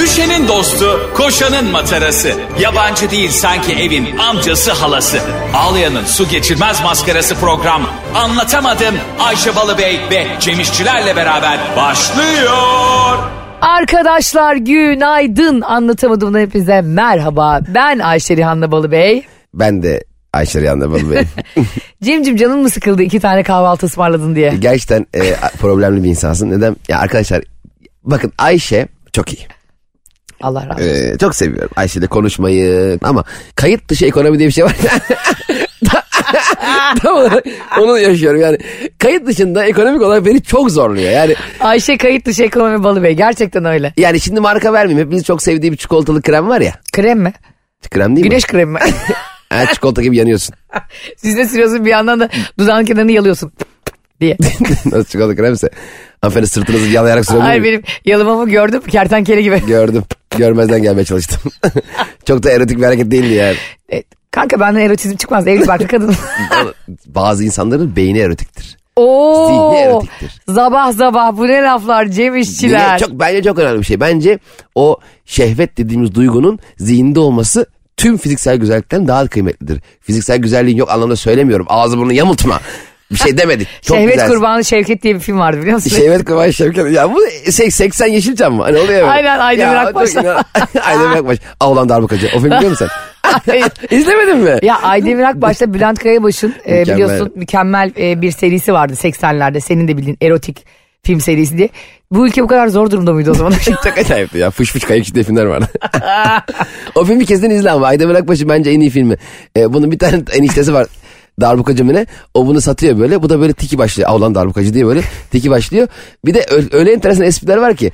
Ayşe'nin dostu, koşanın matarası. Yabancı değil sanki evin amcası halası. Ağlayan'ın su geçirmez maskarası program. Anlatamadım Ayşe Balıbey ve Cemişçilerle beraber başlıyor. Arkadaşlar günaydın anlatamadım da hepinize merhaba. Ben Ayşe Rihanna Balıbey. Ben de Ayşe Riyan'la Balı Bey. Cemcim canın mı sıkıldı iki tane kahvaltı ısmarladın diye? Gerçekten e, problemli bir insansın. Neden? Ya arkadaşlar bakın Ayşe çok iyi. Allah razı olsun. E, çok seviyorum Ayşe'yle konuşmayı ama kayıt dışı ekonomi diye bir şey var. Tam olarak onu yaşıyorum yani. Kayıt dışında ekonomik olarak beni çok zorluyor. Yani Ayşe kayıt dışı ekonomi Balıbey gerçekten öyle. yani şimdi marka vermeyeyim. Hepimiz çok sevdiği bir çikolatalı krem var ya. Krem mi? Krem değil Güneş kremi mi? mi? Ha, çikolata gibi yanıyorsun. Yüzüne sürüyorsun bir yandan da dudağın kenarını yalıyorsun diye. Nasıl çikolata kremse. Hanımefendi sırtınızı yalayarak sürebilir Ay miyim? benim yalımamı gördüm kertenkele gibi. Gördüm. Görmezden gelmeye çalıştım. çok da erotik bir hareket değildi yani. E, Kanka benden erotizm çıkmaz evli barklı kadın. Ama bazı insanların beyni erotiktir. Oo. Zihni erotiktir. Zabah zabah bu ne laflar Cem Niye? işçiler. Çok, bence çok önemli bir şey. Bence o şehvet dediğimiz duygunun zihinde olması tüm fiziksel güzellikten daha kıymetlidir. Fiziksel güzelliğin yok anlamda söylemiyorum. Ağzı bunu yamultma. Bir şey demedik. Çok Şehvet güzelsin. Kurbanı Şevket diye bir film vardı biliyor musun? Şehvet kurbanı şevket. Ya bu şey, 80 Yeşilçam mı? Hani oluyor ya böyle. Aynen, Aydemir Ya, Akbaş. çok inan- Aydemir Akbaş. Avlan Ah darbukacı. O filmi biliyor musun sen? İzlemedin mi? Ya Aydemir Akbaş'ta Bülent Kayabaş'ın e, Mükemmel. biliyorsun mükemmel e, bir serisi vardı 80'lerde. Senin de bildiğin erotik film serisi diye. Bu ülke bu kadar zor durumda mıydı o zaman? Çok acayipti ya. Fış fış kayık çiftliği filmler var. o filmi kesin izle ama. Aydemir Akbaş'ın bence en iyi filmi. Ee, bunun bir tane eniştesi var. Darbukacı mı ne? O bunu satıyor böyle. Bu da böyle tiki başlıyor. Avlan darbukacı diye böyle tiki başlıyor. Bir de ö- öyle enteresan espriler var ki.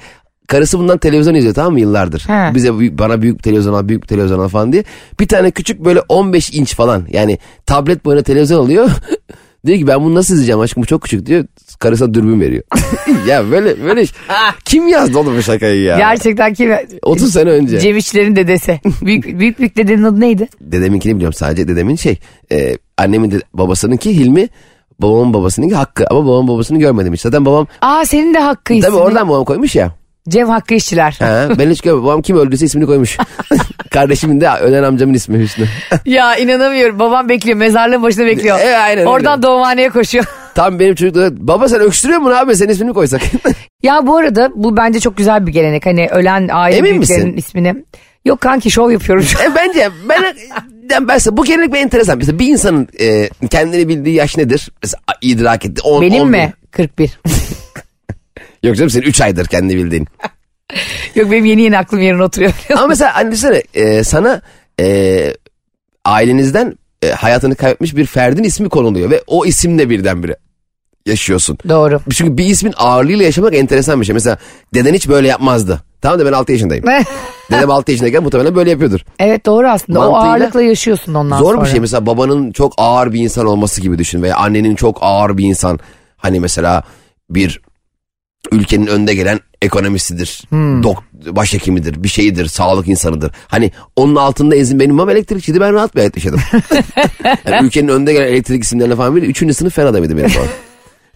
Karısı bundan televizyon izliyor tamam mı yıllardır. He. Bize büyük- bana büyük bir televizyon al, büyük bir televizyon al falan diye. Bir tane küçük böyle 15 inç falan. Yani tablet boyuna televizyon alıyor. diyor ki ben bunu nasıl izleyeceğim aşkım bu çok küçük diyor. Karısına dürbün veriyor. ya böyle böyle iş- kim yazdı oğlum bu şakayı ya? Gerçekten kim? 30 sene önce. Cem İşçilerin dedesi. büyük, büyük büyük dedenin adı neydi? Dedeminkini biliyorum sadece dedemin şey. E, annemin de, babasınınki Hilmi. Babamın babasınınki Hakkı. Ama babamın babasını görmedim hiç. Zaten babam Aa senin de Hakkı ismi. tabii oradan babam koymuş ya. Cem Hakkı İşçiler. Ha, ben hiç görmedim. Babam kim öldüyse ismini koymuş. Kardeşimin de ölen amcamın ismi Hüsnü. ya inanamıyorum. Babam bekliyor. Mezarlığın başında bekliyor. E, aynen öyle. Oradan doğumhaneye koşuyor. Tam benim çocukluğumda. Baba sen öksürüyor mu abi? Senin ismini mi koysak. Ya bu arada bu bence çok güzel bir gelenek. Hani ölen aile Emin büyüklerinin misin? ismini. Yok kanki şov yapıyorum şu an. E, bence ben, ben, ben size- bu gelenek bir enteresan. Mesela bir insanın e, kendini bildiği yaş nedir? Mesela idrak etti. On- Benim on mi? 41. bin. Yok canım senin 3 aydır kendini bildiğin. Yok benim yeni yeni aklım yerine oturuyor. Ama mesela hani düşünsene e, sana e, ailenizden e, hayatını kaybetmiş bir ferdin ismi konuluyor ve o isimle birdenbire yaşıyorsun. Doğru. Çünkü bir ismin ağırlığıyla yaşamak enteresan bir şey. Mesela deden hiç böyle yapmazdı. Tamam da ben 6 yaşındayım. Dedem 6 yaşındayken muhtemelen böyle yapıyordur. evet doğru aslında. o Mantığıyla ağırlıkla yaşıyorsun ondan Zor sonra. bir şey mesela babanın çok ağır bir insan olması gibi düşün veya annenin çok ağır bir insan. Hani mesela bir ülkenin önde gelen ekonomistidir, Hmm. dok- başhekimidir, bir şeyidir, sağlık insanıdır. Hani onun altında ezin benim babam elektrikçiydi ben rahat bir hayat yaşadım. Yani ülkenin önde gelen elektrik isimlerine falan biri üçüncü sınıf fen adamıydı benim babam.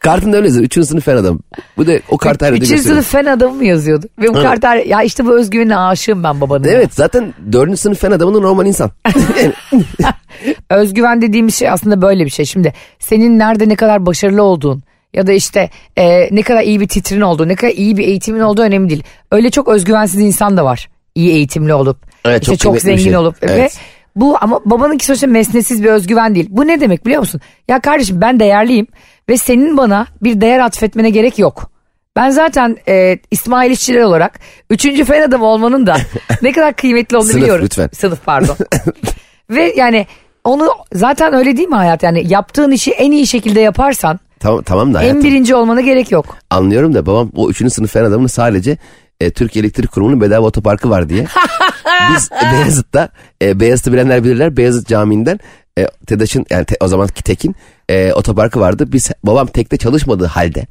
Kartında öyle yazıyor. Üçüncü sınıf fen adam. Bu da o kart her yerde Üçüncü gösteriyor. sınıf fen adamı mı yazıyordu? Ve bu Evet. kartlar ya işte bu özgüvenine aşığım ben babanın. Evet zaten dördüncü sınıf fen adamı da normal insan. Yani Özgüven dediğimiz şey aslında böyle bir şey. Şimdi senin nerede ne kadar başarılı olduğun ya da işte e, ne kadar iyi bir titrin olduğu, ne kadar iyi bir eğitimin olduğu önemli değil. Öyle çok özgüvensiz insan da var. İyi eğitimli olup, Evet, işte çok çok kıymetli bir zengin şey. olup ve Evet. bu ama babanınki sonuçta mesnesiz bir özgüven değil. Bu ne demek biliyor musun? Ya kardeşim ben değerliyim ve senin bana bir değer atfetmene gerek yok. Ben zaten e, İsmail İşçiler olarak üçüncü fen adamı olmanın da ne kadar kıymetli olduğunu Sınıf, biliyorum. lütfen. Sınıf pardon. Ve yani onu zaten öyle değil mi hayat? Yani yaptığın işi en iyi şekilde yaparsan tamam, tamam da en hayatım. birinci olmana gerek yok. anlıyorum da babam o üçüncü sınıf fen adamını sadece e, Türk Elektrik Kurumu'nun bedava otoparkı var diye. Biz e, Beyazıt'ta, e, Beyazıt'ı bilenler bilirler Beyazıt Camii'nden e, TEDAŞ'ın yani te- o zamanki Tekin e, otoparkı vardı. Biz babam tekte çalışmadığı halde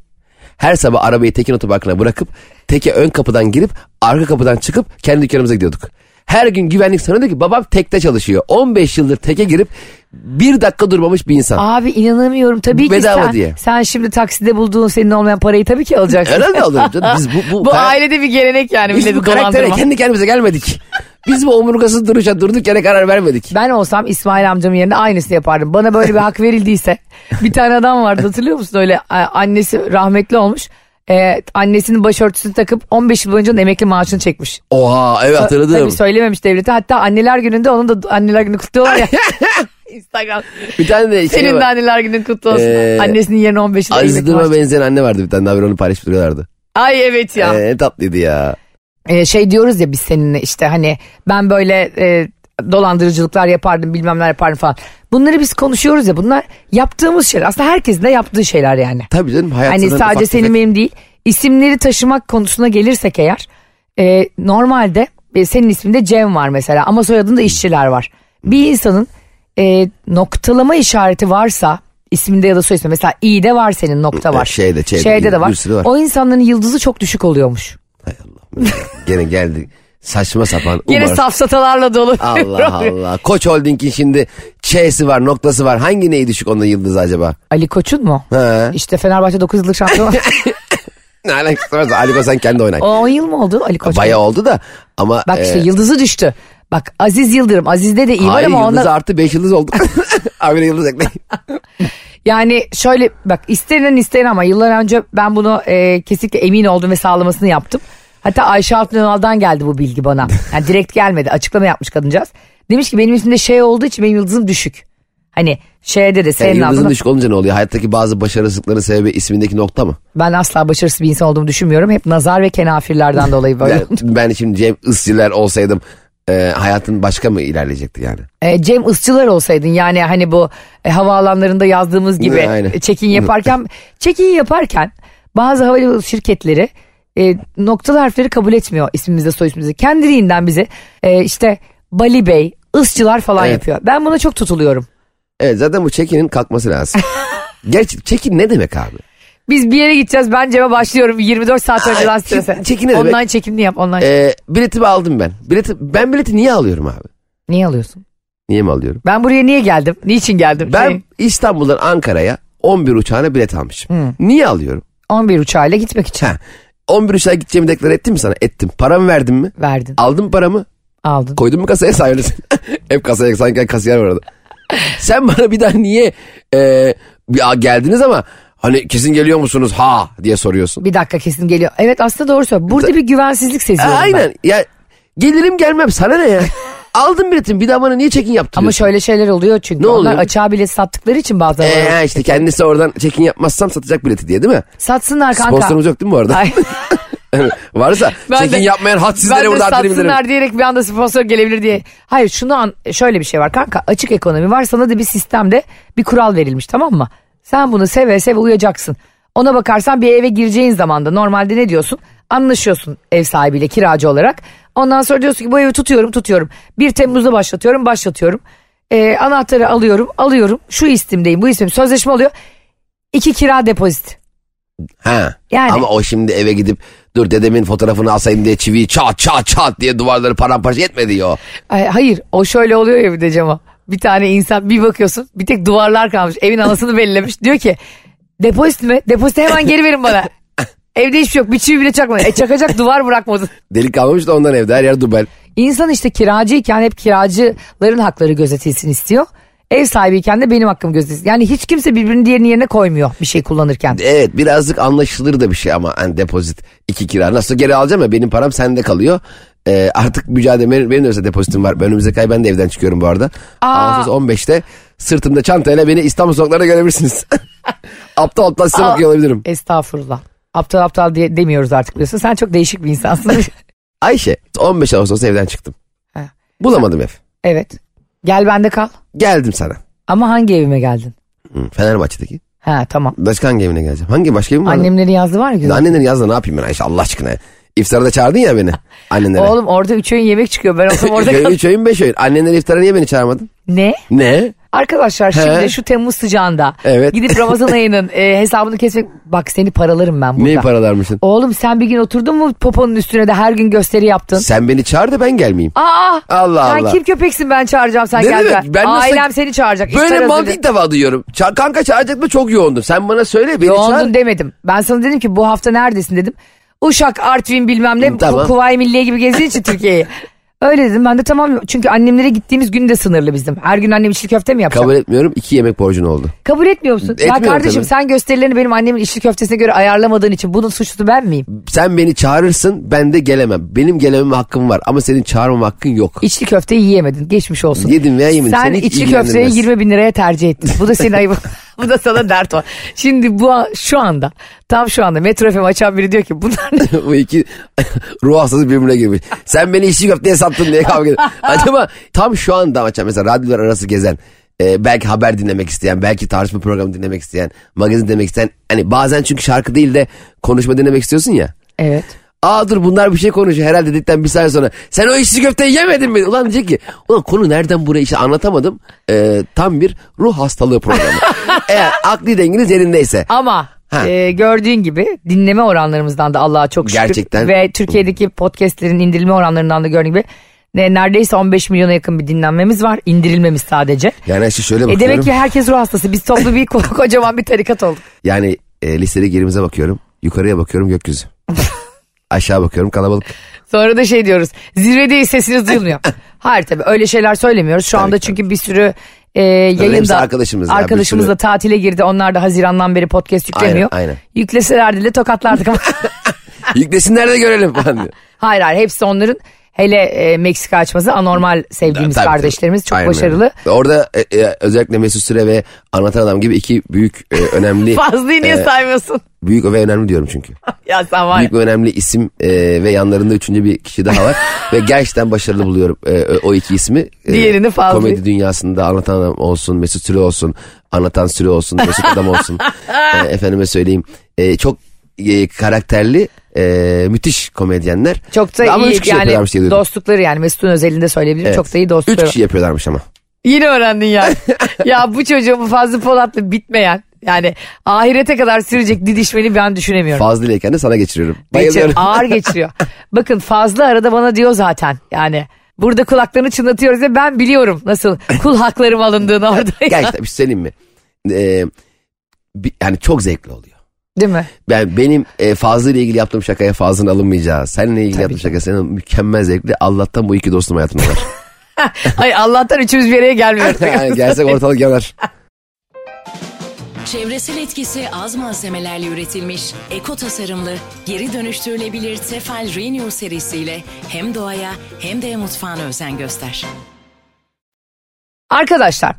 her sabah arabayı Tekin otoparkına bırakıp Teke ön kapıdan girip arka kapıdan çıkıp kendi dükkanımıza gidiyorduk. Her gün güvenlik sana diyor ki babam tekte çalışıyor. 15 yıldır teke girip bir dakika durmamış bir insan. Abi inanamıyorum tabii ki Bedava sen, diye. sen şimdi takside bulduğun senin olmayan parayı tabii ki alacaksın. Herhalde alırım canım. Biz bu, bu, Bu ailede bir gelenek yani biz milleti bu karaktere dolandırma. kendi kendimize gelmedik. Biz bu omurgasız duruşa durduk yere karar vermedik. Ben olsam İsmail amcamın yerine aynısını yapardım. Bana böyle bir hak verildiyse. Bir tane adam vardı hatırlıyor musun? Öyle e, annesi rahmetli olmuş. E, annesinin başörtüsünü takıp 15 yıl boyunca onun emekli maaşını çekmiş. Oha evet hatırladım. Tabii söylememiş devlete. Hatta anneler gününde onun da anneler günü kutlu olur ya. Instagram. bir tane de şey Senin de var. anneler günün kutlu olsun. Ee, Annesinin yerine 15 yıl emekli Azizdurma maaşı. benzeyen anne vardı bir tane daha bir onu paylaşıp duruyorlardı. Ay evet ya. Ee, ne tatlıydı ya. e, şey diyoruz ya biz seninle işte hani ben böyle e, dolandırıcılıklar yapardım bilmem ne yapardım falan. Bunları biz konuşuyoruz ya bunlar yaptığımız şeyler aslında herkesin de yaptığı şeyler yani. Tabii canım hayat Hani sana sadece ufak senin tefek- benim değil isimleri taşımak konusuna gelirsek eğer e, normalde e, senin isminde Cem var mesela ama Hmm. soyadında işçiler var. Bir insanın e, noktalama işareti varsa isminde ya da soy isminde mesela İ'de var senin nokta var. E, şeyde, şeyde, İ'de, de var. bir sürü var. O insanların yıldızı çok düşük oluyormuş. Gene geldi. Saçma sapan. Yine umarım- safsatalarla dolu. bir Allah program. Allah. Koç Holding'in şimdi Ç'si var, noktası var. Hangi neyi düşük onun yıldızı acaba? Ali Koç'un mu? He. İşte Fenerbahçe 9 yıllık şampiyon. Ne alakası varsa Ali Koç sen kendi oynay. O 10 yıl mı oldu Ali Koç? Bayağı oldu da ama Bak işte e, yıldızı düştü. Bak Aziz Yıldırım. Aziz'de de iyi var hayır, ama yıldız ona... artı 5 yıldız oldu. Abi yıldız ekleyin. Yani şöyle bak istenen isteyen ama yıllar önce ben bunu e, kesinlikle emin oldum ve sağlamasını yaptım. Hatta Ayşe Altun Önal'dan geldi bu bilgi bana. Yani direkt gelmedi. Açıklama yapmış kadıncağız. Demiş ki benim üstümde şey olduğu için benim yıldızım düşük. Hani şeyde de Yani senin E, yıldızın altında- düşük olunca ne oluyor? Hayattaki bazı başarısızlıkların sebebi ismindeki nokta mı? Ben asla başarısız bir insan olduğumu düşünmüyorum. Hep nazar ve kenafirlerden dolayı böyle. Yani ben şimdi Cem Isçiler olsaydım e, hayatın başka mı ilerleyecekti yani? E, Cem Isçılar olsaydın yani hani bu e, havaalanlarında yazdığımız gibi Ne, aynen. e, check-in yaparken check-in yaparken bazı havayolu şirketleri e, noktalı harfleri kabul etmiyor ismimizde soy ismimizde. Kendiliğinden bize e, işte Bali Bey, Isçılar falan Evet. yapıyor. Ben buna çok tutuluyorum. Evet zaten bu çekinin kalkması lazım. Gerçi çekin ne demek abi? Biz bir yere gideceğiz ben Cem'e başlıyorum 24 saat önceden strese. check-in ne demek? Online çekimini yap online. E, biletimi aldım ben. Bileti, ben bileti niye alıyorum abi? niye alıyorsun? Niye mi alıyorum? Ben buraya niye geldim? Niçin geldim? Ben Şey, İstanbul'dan Ankara'ya 11 uçağına bilet almışım. Niye alıyorum? 11 uçağıyla gitmek için Ha, 11 uçağa gideceğimi deklar ettim mi sana? Ettim. Paramı verdim mi? verdin Aldım paramı. aldın. Koydum mu kasaya sahibine? Hep kasaya sanki kasiyer var orada. Sen bana bir daha niye e, ya geldiniz ama hani kesin geliyor musunuz ha diye soruyorsun. Bir dakika kesin geliyor. Evet aslında doğru söylüyor. Burada bir güvensizlik E, seziyorum ben. aynen ya gelirim gelmem sana ne ya? Aldım biletimi bir daha bana niye çekin Ama yaptırıyorsun? şöyle şeyler oluyor çünkü Ne onlar oluyor? açığa bile sattıkları için bazen. E, ha, işte kendisi oradan çekin yapmazsam satacak bileti diye değil mi? Satsınlar kanka. Sponsorumuz yok değil mi bu arada? Ay, Varsa Ben çekin de- yapmayan hat ben sizlere de burada hatırlayabilirim. satsınlar diyerek bir anda sponsor gelebilir diye. Hayır şunu an şöyle bir şey var kanka açık ekonomi var sana da bir sistemde bir kural verilmiş tamam mı? Sen bunu seve seve uyacaksın. Ona bakarsan bir eve gireceğin zaman da normalde ne diyorsun? Anlaşıyorsun ev sahibiyle kiracı olarak. Ondan sonra diyorsun ki bu evi tutuyorum tutuyorum. 1 Temmuz'da başlatıyorum başlatıyorum. Ee, anahtarı alıyorum alıyorum şu istimdeyim bu ismim sözleşme oluyor. İki kira depozit. Ha. Yani. Ama o şimdi eve gidip dur dedemin fotoğrafını alsayım diye çiviyi çat çat çat diye duvarları paramparça etmedi ya o. Ay, hayır o şöyle oluyor ya bir de Cema. Bir tane insan bir bakıyorsun bir tek duvarlar kalmış. Evin anasını belirlemiş. Diyor ki depozit mi? Depoziti hemen geri verin bana. Evde hiçbir şey yok. Bir çivi bile çakmadın. E çakacak duvar bırakmadın. Delik kalmamış da ondan evde her yer dubel. İnsan işte kiracıyken hep kiracıların hakları gözetilsin istiyor. Ev sahibiyken de benim hakkım gözetilsin. Yani hiç kimse birbirini diğerinin yerine koymuyor bir şey kullanırken. Evet birazcık anlaşılır da bir şey ama hani depozit iki kira nasıl geri alacağım ya benim param sende kalıyor. Ee, artık mücadele benim, benim de mesela depozitim var. Ben önümüzdeki ay ben de evden çıkıyorum bu arada. Ağustos 15'te sırtımda çantayla beni İstanbul sokaklarına görebilirsiniz. aptal aptal size bakıyor olabilirim. Estağfurullah. Aptal aptal diye demiyoruz artık biliyorsun. Sen çok değişik bir insansın. Ayşe 15 Ağustos'ta evden çıktım. Ha. Bulamadım ev. evet. Gel bende kal. Geldim sana. Ama hangi evime geldin? Hı, Fenerbahçe'deki. Ha tamam. Başka hangi evine geleceğim? Hangi başka evim var? Annem... Annemlerin yazdı var ya güzel. Annenleri yazdı ne yapayım ben Ayşe Allah aşkına. İftara da çağırdın ya beni annenlere. Oğlum orada üç öğün yemek çıkıyor. Ben olsam orada Üç öğün, kal- Üç öğün beş öğün. Annenleri iftara niye beni çağırmadın? Ne? Ne? Arkadaşlar şimdi He. şu Temmuz sıcağında Evet. gidip Ramazan ayının e, hesabını kesmek. Bak seni paralarım ben burada. Neyi paralarmışsın? Oğlum sen bir gün oturdun mu poponun üstüne de her gün gösteri yaptın. Sen beni çağır da ben gelmeyeyim. Aa, Allah sen Allah. kim köpeksin ben çağıracağım sen Ne gel. demek? gel. Ben nasıl- Ailem seni çağıracak. Böyle İftar mantık hazırlığı- ilk defa duyuyorum. Ça- kanka çağıracak mı çok yoğundum. Sen bana söyle beni çağır. Yoğundun demedim. Ben sana dedim ki bu hafta neredesin dedim. Uşak, Artvin bilmem ne. Tamam. Ku- Kuvayi Milliye gibi gezdiğin için Türkiye'yi. Öyle dedim ben de tamam. Çünkü annemlere gittiğimiz gün de sınırlı bizim. Her gün annem içli köfte mi yapacak? Kabul Kabul, etmiyorum. İki yemek borcun oldu. etmiyor musun? Etmiyorum ya kardeşim tabii. sen gösterilerini benim annemin içli köftesine göre ayarlamadığın için bunun suçlusu ben miyim? Sen beni çağırırsın ben de gelemem. Benim gelememe hakkım var ama senin çağırmama hakkın yok. İçli köfteyi yiyemedin. Geçmiş olsun. Yedim veya yemedim. Sen Seni hiç içli ilgilendirmez. köfteyi 20 bin liraya tercih ettin. Bu da senin ayıbın. bu da sana dert var. Şimdi bu şu anda tam şu anda Metro FM açan biri diyor ki bunlar ne? Bu iki ruh hastası birbirine girmiş. Sen beni içli köfteye sattın diye kavga ediyor. Acaba tam şu anda açan mesela radyolar arası gezen e, belki haber dinlemek isteyen, belki tartışma programı dinlemek isteyen, magazin dinlemek isteyen. Hani bazen çünkü şarkı değil de konuşma dinlemek istiyorsun ya. Evet. Aa dur bunlar bir şey konuşuyor herhalde dedikten bir saniye sonra. Sen o içli köfteyi yemedin mi? Ulan diyecek ki ulan konu nereden buraya işte anlatamadım. Ee, tam bir ruh hastalığı programı. Eğer akli denginiz yerindeyse. Ama Ha. e, gördüğün gibi dinleme oranlarımızdan da Allah'a çok şükür. Gerçekten. Ve Türkiye'deki podcastlerin indirilme oranlarından da gördüğün gibi ne- neredeyse 15 milyona yakın bir dinlenmemiz var. İndirilmemiz sadece. Yani işte şöyle E bakıyorum. demek ki herkes ruh hastası. Biz toplu bir ko- kocaman bir tarikat olduk. Yani e, listedeki yerimize bakıyorum. Yukarıya bakıyorum gökyüzü. Aşağı bakıyorum kalabalık. Sonra da şey diyoruz. Zirvedeyiz sesiniz duyulmuyor. Hayır tabii öyle şeyler söylemiyoruz. Şu anda Tabii, çünkü bir sürü e, hepsi yayında arkadaşımız ya, bir arkadaşımız da sürü- tatile girdi. Onlar da Haziran'dan beri podcast yüklemiyor. Aynen, aynen. Yükleselerdi de tokatlardık ama. Yüklesinler de görelim falan diyor. Hayır hayır hepsi onların hele e, Meksika açması anormal sevdiğimiz Tabii, tabii. kardeşlerimiz çok Aynen öyle. başarılı. Orada e, e, özellikle Mesut Süre ve Anlatan Adam gibi iki büyük e, önemli. Fazlıyı niye e, saymıyorsun? Büyük ve önemli diyorum çünkü. ya sen var ya. Büyük ve önemli isim e, ve yanlarında üçüncü bir kişi daha var. ve gerçekten başarılı buluyorum e, o iki ismi. E, Diğerini fazla. Komedi dünyasında anlatan adam olsun, Mesut Süre olsun, anlatan Süre olsun, Mesut Adam olsun. E, efendime söyleyeyim. E, çok e, karakterli, e, müthiş komedyenler. Çok da Ama iyi üç kişi yani yapıyorlarmış diye duydum. dostlukları yani Mesut'un özelinde söyleyebilirim Evet. çok da iyi Üç dostlukları. kişi yapıyorlarmış ama. Yine öğrendin yani. ya bu çocuğun bu Fazlı Polat'la bitmeyen yani ahirete kadar sürecek didişmeni ben düşünemiyorum. Fazlıyken de sana geçiriyorum. Geçir, Bayılıyorum. ağır geçiriyor. Bakın Fazlı arada bana diyor zaten yani burada kulaklarını çınlatıyoruz ve ben biliyorum nasıl kul haklarım alındığını orada. Gerçekten bir şey söyleyeyim mi? E, bir- yani çok zevkli oluyor. Değil mi? Ben benim e, Fazlı ile ilgili yaptığım şakaya Fazlı'nın alınmayacağı, seninle ilgili Tabii yaptığım ki. şaka senin mükemmel zevkli. Allah'tan bu iki dostum hayatımda var. Ay Allah'tan üçümüz bir araya gelmiyoruz. yani gelsek ortalık yanar. Çevresel etkisi az malzemelerle üretilmiş, eko tasarımlı, geri dönüştürülebilir Tefal Renew serisiyle hem doğaya hem de mutfağına özen göster. Arkadaşlar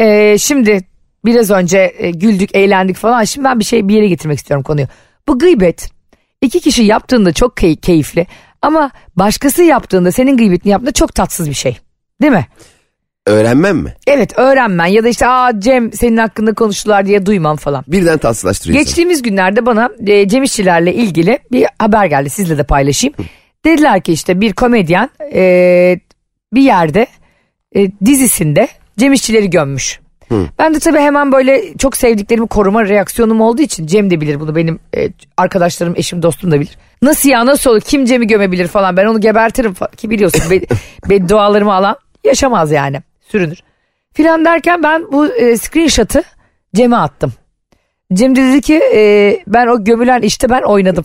eee, şimdi biraz önce e, güldük eğlendik falan şimdi ben bir şey bir yere getirmek istiyorum konuyu. Bu gıybet iki kişi yaptığında çok key- keyifli ama başkası yaptığında senin gıybetini yaptığında çok tatsız bir şey değil mi? Öğrenmem mi? Evet öğrenmen ya da işte aa Cem senin hakkında konuştular diye duyman falan. Birden tatsızlaştırıyor insanı. Geçtiğimiz günlerde bana e, Cem İşçilerle ilgili bir haber geldi. Sizle de paylaşayım. Dediler ki işte bir komedyen e, bir yerde e, dizisinde Cem İşçileri gömmüş. Ben de tabii hemen böyle çok sevdiklerimi koruma reaksiyonum olduğu için Cem de bilir bunu benim e, arkadaşlarım eşim dostum da bilir. Nasıl ya nasıl olur kim Cem'i gömebilir falan ben onu gebertirim fa- ki biliyorsun be, beddualarımı alan yaşamaz yani sürünür. Filan derken ben bu e, screenshot'ı Cem'e attım. Cem de dedi ki e, ben o gömülen işte ben oynadım.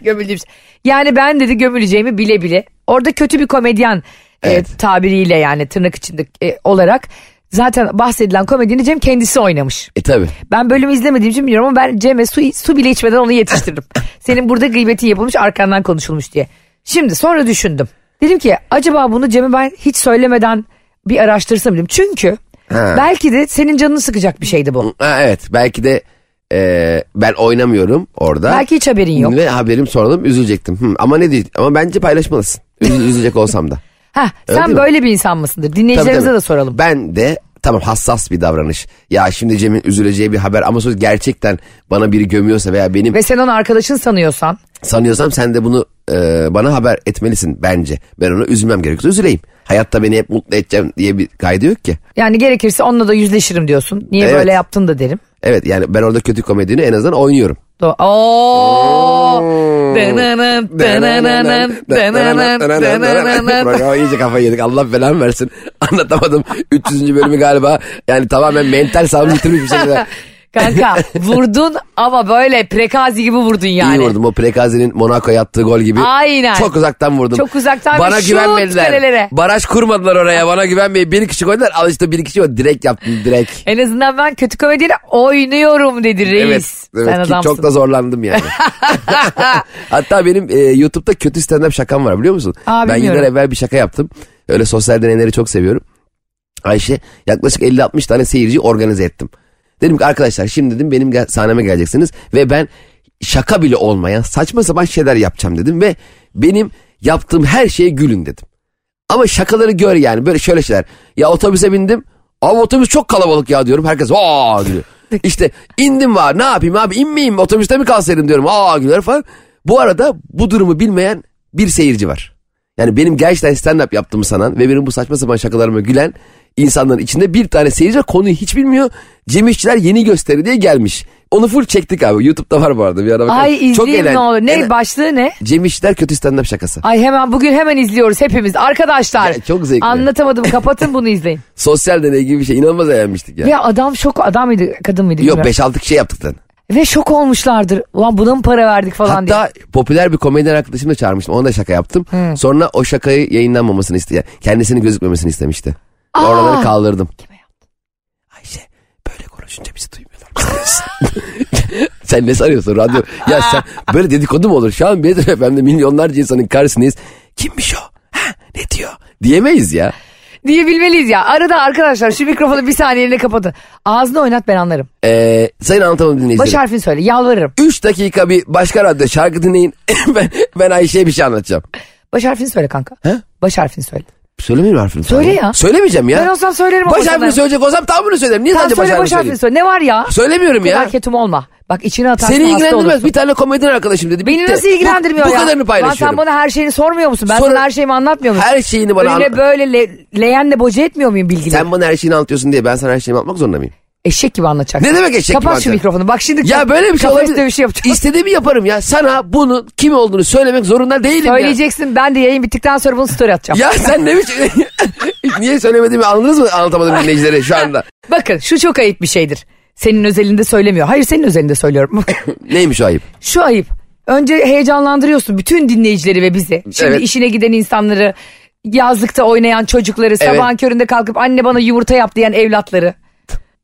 Gömüldüğüm işte. Yani ben dedi gömüleceğimi bile bile. Orada kötü bir komedyen e, Evet. tabiriyle yani tırnak içinde e, olarak zaten bahsedilen komedyeni Cem kendisi oynamış. E tabi. Ben bölümü izlemediğim için bilmiyorum ama ben Cem'e su, su bile içmeden onu yetiştirdim. Senin burada gıybeti yapılmış arkandan konuşulmuş diye. Şimdi sonra düşündüm. Dedim ki acaba bunu Cem'e ben hiç söylemeden bir araştırsam dedim. Çünkü Ha. belki de senin canını sıkacak bir şeydi bu. Ha, evet belki de e, ben oynamıyorum orada. Belki hiç haberin yok. Ve haberim soralım üzülecektim. Hı, ama ne diyeyim? Ama bence paylaşmalısın. Üzü- üzülecek olsam da. Heh, Öyle sen değil mi? böyle bir insan mısındır? Tabii, Dinleyicilerimize tabii. de soralım. Ben de tamam hassas bir davranış. Ya şimdi Cem'in üzüleceği bir haber ama söz gerçekten bana biri gömüyorsa veya benim Ve sen onu arkadaşın sanıyorsan sanıyorsam sen de bunu e, bana haber etmelisin bence. Ben ona üzülmem gerekiyorsa üzüleyim. Hayatta beni hep mutlu edeceğim diye bir kaydı yok ki. Yani gerekirse onunla da yüzleşirim diyorsun. Niye Evet. böyle yaptın da derim. Evet yani ben orada kötü komedini en azından oynuyorum. Do- Oo. Dınanın, dınanın, dınanın, dınanın. Program iyice kafayı yedik. Allah belamı versin. Anlatamadım. 300. bölümü galiba yani tamamen mental sağlığımı yitirmiş bir şekilde. Kanka vurdun ama böyle prekazi gibi vurdun yani. İyi vurdum o Prekazi'nin Monaco'ya attığı gol gibi. Aynen. Çok uzaktan vurdum. Çok uzaktan Bana ve şut güvenmediler. kalelere. Baraj kurmadılar oraya bana güvenmeyi. Bir kişi koydular al işte bir kişi o direkt yaptım direkt. En azından ben kötü komediyle oynuyorum dedi reis. Evet, Sen evet ki adamsın. çok da zorlandım yani. Hatta benim e, YouTube'da kötü stand-up şakam var biliyor musun? Aa, ben bilmiyorum. yıllar evvel bir şaka yaptım. Öyle sosyal deneyleri çok seviyorum. Ayşe yaklaşık 50-60 tane seyirci organize ettim. Dedim ki arkadaşlar şimdi dedim benim gel- sahneme geleceksiniz ve ben şaka bile olmayan saçma sapan şeyler yapacağım dedim ve benim yaptığım her şeye gülün dedim. Ama şakaları gör yani böyle şöyle şeyler. Ya otobüse bindim. Abi otobüs çok kalabalık ya diyorum. Herkes aa diyor. İşte indim var ne yapayım abi inmeyeyim otobüste mi kalsaydım diyorum. Aa diyorlar falan. Bu arada bu durumu bilmeyen bir seyirci var. Yani benim gerçekten stand up yaptığımı sanan ve benim bu saçma sapan şakalarıma gülen insanların içinde bir tane seyirci var. Konuyu hiç bilmiyor. Cem İşçiler yeni gösteri diye gelmiş. Onu full çektik abi. Youtube'da var bu arada bir ara bakalım. Ay izleyeyim eğlen- ne olur. Ne eğlen- başlığı ne? Cem İşçiler kötü stand up şakası. Ay hemen bugün hemen izliyoruz hepimiz. Arkadaşlar Ya, çok zevkli. anlatamadım kapatın bunu izleyin. Sosyal deney gibi bir şey. İnanılmaz eğlenmiştik yani. Ve adam şok adam mıydı kadın mıydı? Yok bilmiyorum. 5-6 kişi yaptık zaten. Ve şok olmuşlardır. Ulan buna mı para verdik falan diye. Hatta popüler bir komedyen arkadaşımı da çağırmıştım. Ona da şaka yaptım. Sonra o şakayı yayınlanmamasını istedi. Yani kendisinin gözükmemesini istemişti. Aa! Oraları kaldırdım. Kime yaptın? Ayşe böyle konuşunca bizi duymuyorlar. sen ne sanıyorsun radyo? ya sen böyle dedikodu mu olur? Şu an Bedir FM'de milyonlarca insanın karşısındayız. Kimmiş o? Ha, ne diyor? Diyemeyiz ya. Diyebilmeliyiz ya. Arada arkadaşlar şu mikrofonu bir saniyeliğine kapatın. Ağzını oynat ben anlarım. Ee, sayın anlatamadım Baş dinleyicilerim. harfini söyle yalvarırım. 3 dakika bir başka radyo şarkı dinleyin. ben, ben Ayşe'ye bir şey anlatacağım. Baş harfini söyle kanka. He? Baş harfini söyle. Söylemeyeyim harfini. Söyle sana. ya. Söylemeyeceğim ya. Ben olsam söylerim ama Baş sana. harfini söyleyecek olsam tam bunu söylerim. Niye Tamam sadece baş söyle harfini baş harfini söyleyeyim? söyle. Ne var ya? Söylemiyorum Bu ya. kadar ketum olma. Bak içine atarsın Seni hasta ilgilendirmez. olursun. Bir tane komedyen arkadaşım dedi. Beni Bitti. nasıl Bu- ilgilendirmiyor bu, ya? kadarını Lan sen paylaşıyorum. bana her şeyini sormuyor musun? Ben Sonra- sana her şeyimi anlatmıyor muyum? Her şeyini bana Öyle anlat. böyle le- leğenle boca etmiyor muyum bilgileri? Sen bana her şeyini anlatıyorsun diye ben sana her şeyimi anlatmak zorunda mıyım? Eşek gibi anlatacaksın. Ne demek eşek gibi Kapat şu anlatacağım? mikrofonu. Bak şimdi Ya böyle bir şey kafes olabilir. dövüşü yapacağım. İstediğimi yaparım ya. Sana bunun kim olduğunu söylemek zorunda değilim Söyleyeceksin ben de yayın bittikten sonra bunu story atacağım. ya. Ya sen ne biçim... Niye söylemediğimi anladınız mı? Anlatamadım dinleyicilere şu anda. Bakın şu çok ayıp bir şeydir. Senin özelinde söylemiyor. Hayır senin özelinde söylüyorum. Neymiş o ayıp? şu ayıp. Önce heyecanlandırıyorsun bütün dinleyicileri ve bizi. Şimdi Evet. işine giden insanları, yazlıkta oynayan çocukları, sabahın köründe kalkıp anne bana yumurta yap diyen evlatları.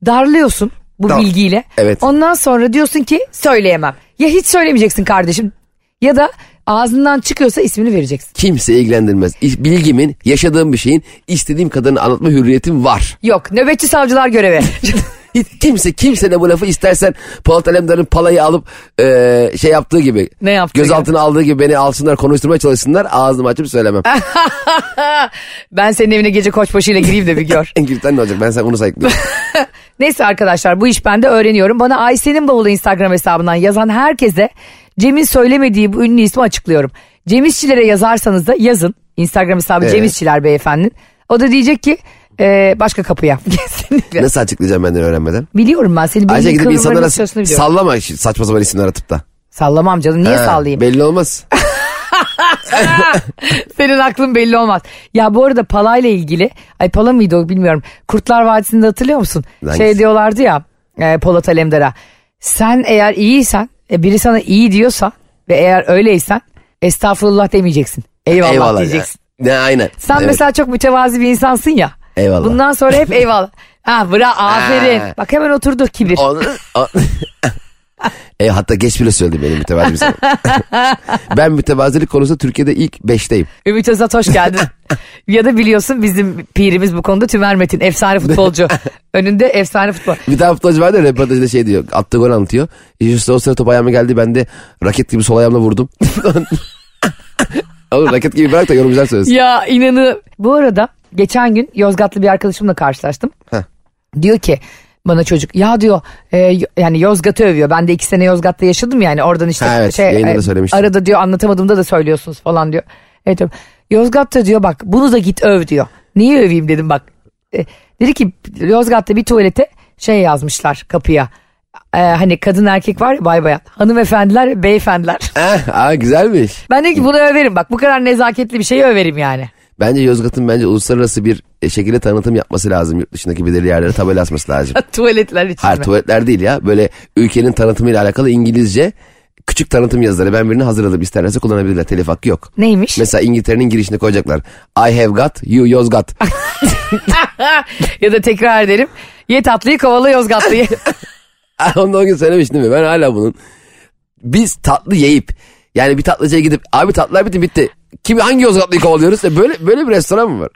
Darlıyorsun bu Tamam. bilgiyle. Evet. Ondan sonra diyorsun ki söyleyemem. Ya hiç söylemeyeceksin kardeşim ya da ağzından çıkıyorsa ismini vereceksin. Kimse ilgilendirmez. İ- Bilgimin, yaşadığım bir şeyin istediğim kadarını anlatma hürriyetim var. Yok nöbetçi savcılar görevi. Hiç Kimse kimsene bu lafı istersen Polat Alemdar'ın palayı alıp eee, şey yaptığı gibi. Ne yaptığı Gözaltına aldığı gibi beni alsınlar konuşturmaya çalışsınlar ağzımı açıp söylemem. Ah! ben senin evine gece koçbaşıyla gireyim de bir gör. en kötüden ne olacak ben sen bunu sayıklıyorum. Neyse arkadaşlar bu iş bende öğreniyorum. Bana Ayşe'nin bavulu Instagram hesabından yazan herkese Cem'in söylemediği bu ünlü ismi açıklıyorum. Cem İşçilere yazarsanız da yazın. Instagram hesabı Evet. Cem İşçiler beyefendinin. O da diyecek ki "Ee, başka kapıya. Kesinlikle. Nasıl açıklayacağım benden öğrenmeden? Biliyorum ben seni. Ayşe Ayşe gidip insanlara biliyorum. sallama şu saçma sapan isimler atıp da. Sallamam canım niye He, sallayayım? Belli olmaz. Senin aklın belli olmaz. Ya bu arada palayla ilgili ay pala mıydı o bilmiyorum. Kurtlar Vadisi'nde hatırlıyor musun? Hangisi? Şey diyorlardı ya e, Polat Alemdar'a. Sen eğer iyiysen e, biri sana iyi diyorsa ve eğer öyleysen estağfurullah demeyeceksin. Eyvallah, ya. diyeceksin. Ne aynen. Sen Evet. mesela çok mütevazi bir insansın ya. Eyvallah. Bundan sonra hep eyvallah. Ha bra aferin. Ha. Bak hemen oturdu kibir. O- o- e, hatta geç bile söyledim benim mütevazı sana. ben mütevazilik konusunda Türkiye'de ilk beşteyim. Ümit Özat hoş geldin. ya da biliyorsun bizim pirimiz bu konuda Tümer Metin. Efsane futbolcu. Önünde efsane futbol. Bir tane futbolcu vardı ya, röportajda şey diyor. Attığı gol anlatıyor. İşte o sıra top ayağıma geldi. Ben de raket gibi sol ayağımla vurdum. Oğlum raket gibi bırak da yorumcular söylesin. Ya inanı. Bu arada geçen gün Yozgatlı bir arkadaşımla karşılaştım. Heh. Diyor ki bana çocuk. Ya diyor e, yani Yozgat'ı övüyor. Ben de iki sene Yozgat'ta yaşadım yani oradan işte. şey, e, Ha, evet, yayında da söylemiştin. Arada diyor anlatamadığımda da söylüyorsunuz falan diyor. Evet diyorum. Yozgat'ta diyor bak bunu da git öv diyor. Neyi öveyim dedim bak. E, dedi ki Yozgat'ta bir tuvalete şey yazmışlar kapıya. E, hani kadın erkek var ya bay bayan. Hanımefendiler beyefendiler. Eh, aa, güzelmiş. Ben dedim ki bunu överim bak bu kadar nezaketli bir şeyi överim yani. Bence Yozgat'ın bence uluslararası bir e, şekilde tanıtım yapması lazım. Yurt dışındaki belirli yerlere tabela asması lazım. Tuvaletler için Hayır mi? tuvaletler değil ya. Böyle ülkenin tanıtımıyla alakalı İngilizce küçük tanıtım yazıları. Ben birini hazırladım isterlerse kullanabilirler. Telif hakkı yok. Neymiş? Mesela İngiltere'nin girişine koyacaklar. I have got, you Yozgat. ya da tekrar ederim. Ye tatlıyı kovala Yozgatlıyı. Ondan o gün söylemiştim mi? Ben hala bunun. Biz tatlı yiyip yani bir tatlıcıya gidip abi tatlılar bitti bitti. Kim hangi Yozgatlıyı kovalıyoruz? E böyle böyle bir restoran mı var?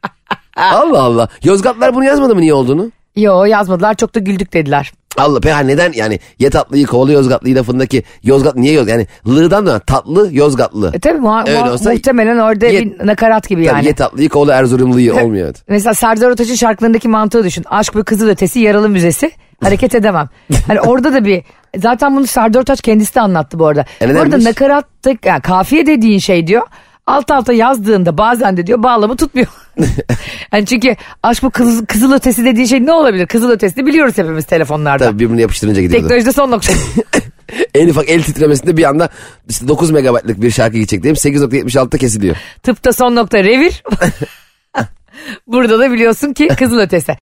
Allah Allah. Yozgatlar bunu yazmadı mı niye olduğunu? Yo yazmadılar çok da güldük dediler. Allah pe ha neden yani ye tatlıyı kovalı Yozgatlıyı lafındaki Yozgat niye Yozgat yani lı'dan da tatlı Yozgatlı. E tabii muha- Öyle muha- olsa- muhtemelen orada Ye- bir nakarat gibi Tabii yani. ye tatlıyı kovalı Erzurumlu'yu olmuyor. evet. Mesela Serdar Ortaç'ın şarkılarındaki mantığı düşün. Aşk bir kızıl ötesi yaralı müzesi. Hareket edemem. Hani orada da bir zaten bunu Serdar Ortaç kendisi de anlattı bu arada. E ne bu arada demiş? nakarat yani kafiye dediğin şey diyor. Alt alta yazdığında bazen de diyor bağlamı tutmuyor. yani çünkü aşk bu kızıl, kızıl ötesi dediğin şey ne olabilir? Kızıl ötesini biliyoruz hepimiz telefonlarda. Tabii birbirine yapıştırınca gidiyordu. Teknolojide son nokta. En ufak el titremesinde bir anda işte 9 megabaytlık bir şarkı gidecek diyeyim 8.76'da kesiliyor. Tıpta son nokta revir. Burada da biliyorsun ki kızıl ötesi.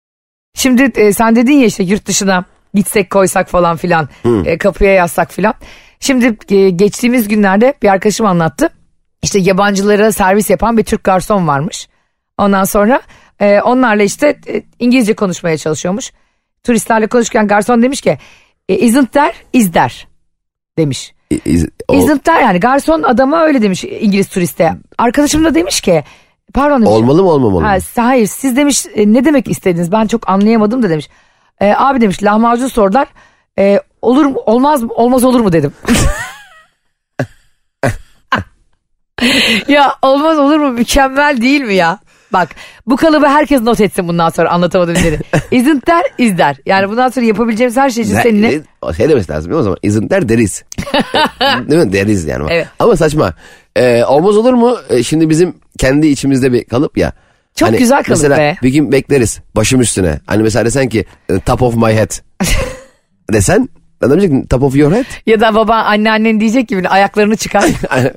Şimdi e, sen dedin ya işte yurt dışına gitsek koysak falan filan e, kapıya yazsak filan. Şimdi e, geçtiğimiz günlerde bir arkadaşım anlattı. İşte yabancılara servis yapan bir Türk garson varmış. Ondan sonra e, onlarla işte e, İngilizce konuşmaya çalışıyormuş. Turistlerle konuşurken garson demiş ki e, isn't there is there demiş. İ- iz- o- Isn't there yani garson adama öyle demiş İngiliz turiste. Arkadaşım da demiş ki pardon demiş. olmalı mı olmamalı mı? Ha, s- hayır siz demiş e, ne demek istediniz ben çok anlayamadım da demiş. E, abi demiş lahmacun sordular. E, olur mu olmaz mı olmaz olur mu dedim. ya olmaz olur mu mükemmel değil mi ya? Bak bu kalıbı herkes not etsin bundan sonra anlatamadım dedi. Isn't there is there. Yani bundan sonra yapabileceğimiz her şey için Ne- seninle ne- o Şey demesi lazım değil mi o zaman? Isn't there deriz. değil mi? Deriz yani. Evet. Ama saçma. Ee, olmaz olur mu? Ee, şimdi bizim kendi içimizde bir kalıp ya. Hani Çok güzel kalıp mesela be. bir gün bekleriz başım üstüne. Hani mesela desen ki e, top of my head. desen adam diyecek ki, top of your head. ya da baba anneannen diyecek gibi ayaklarını çıkar. Yani-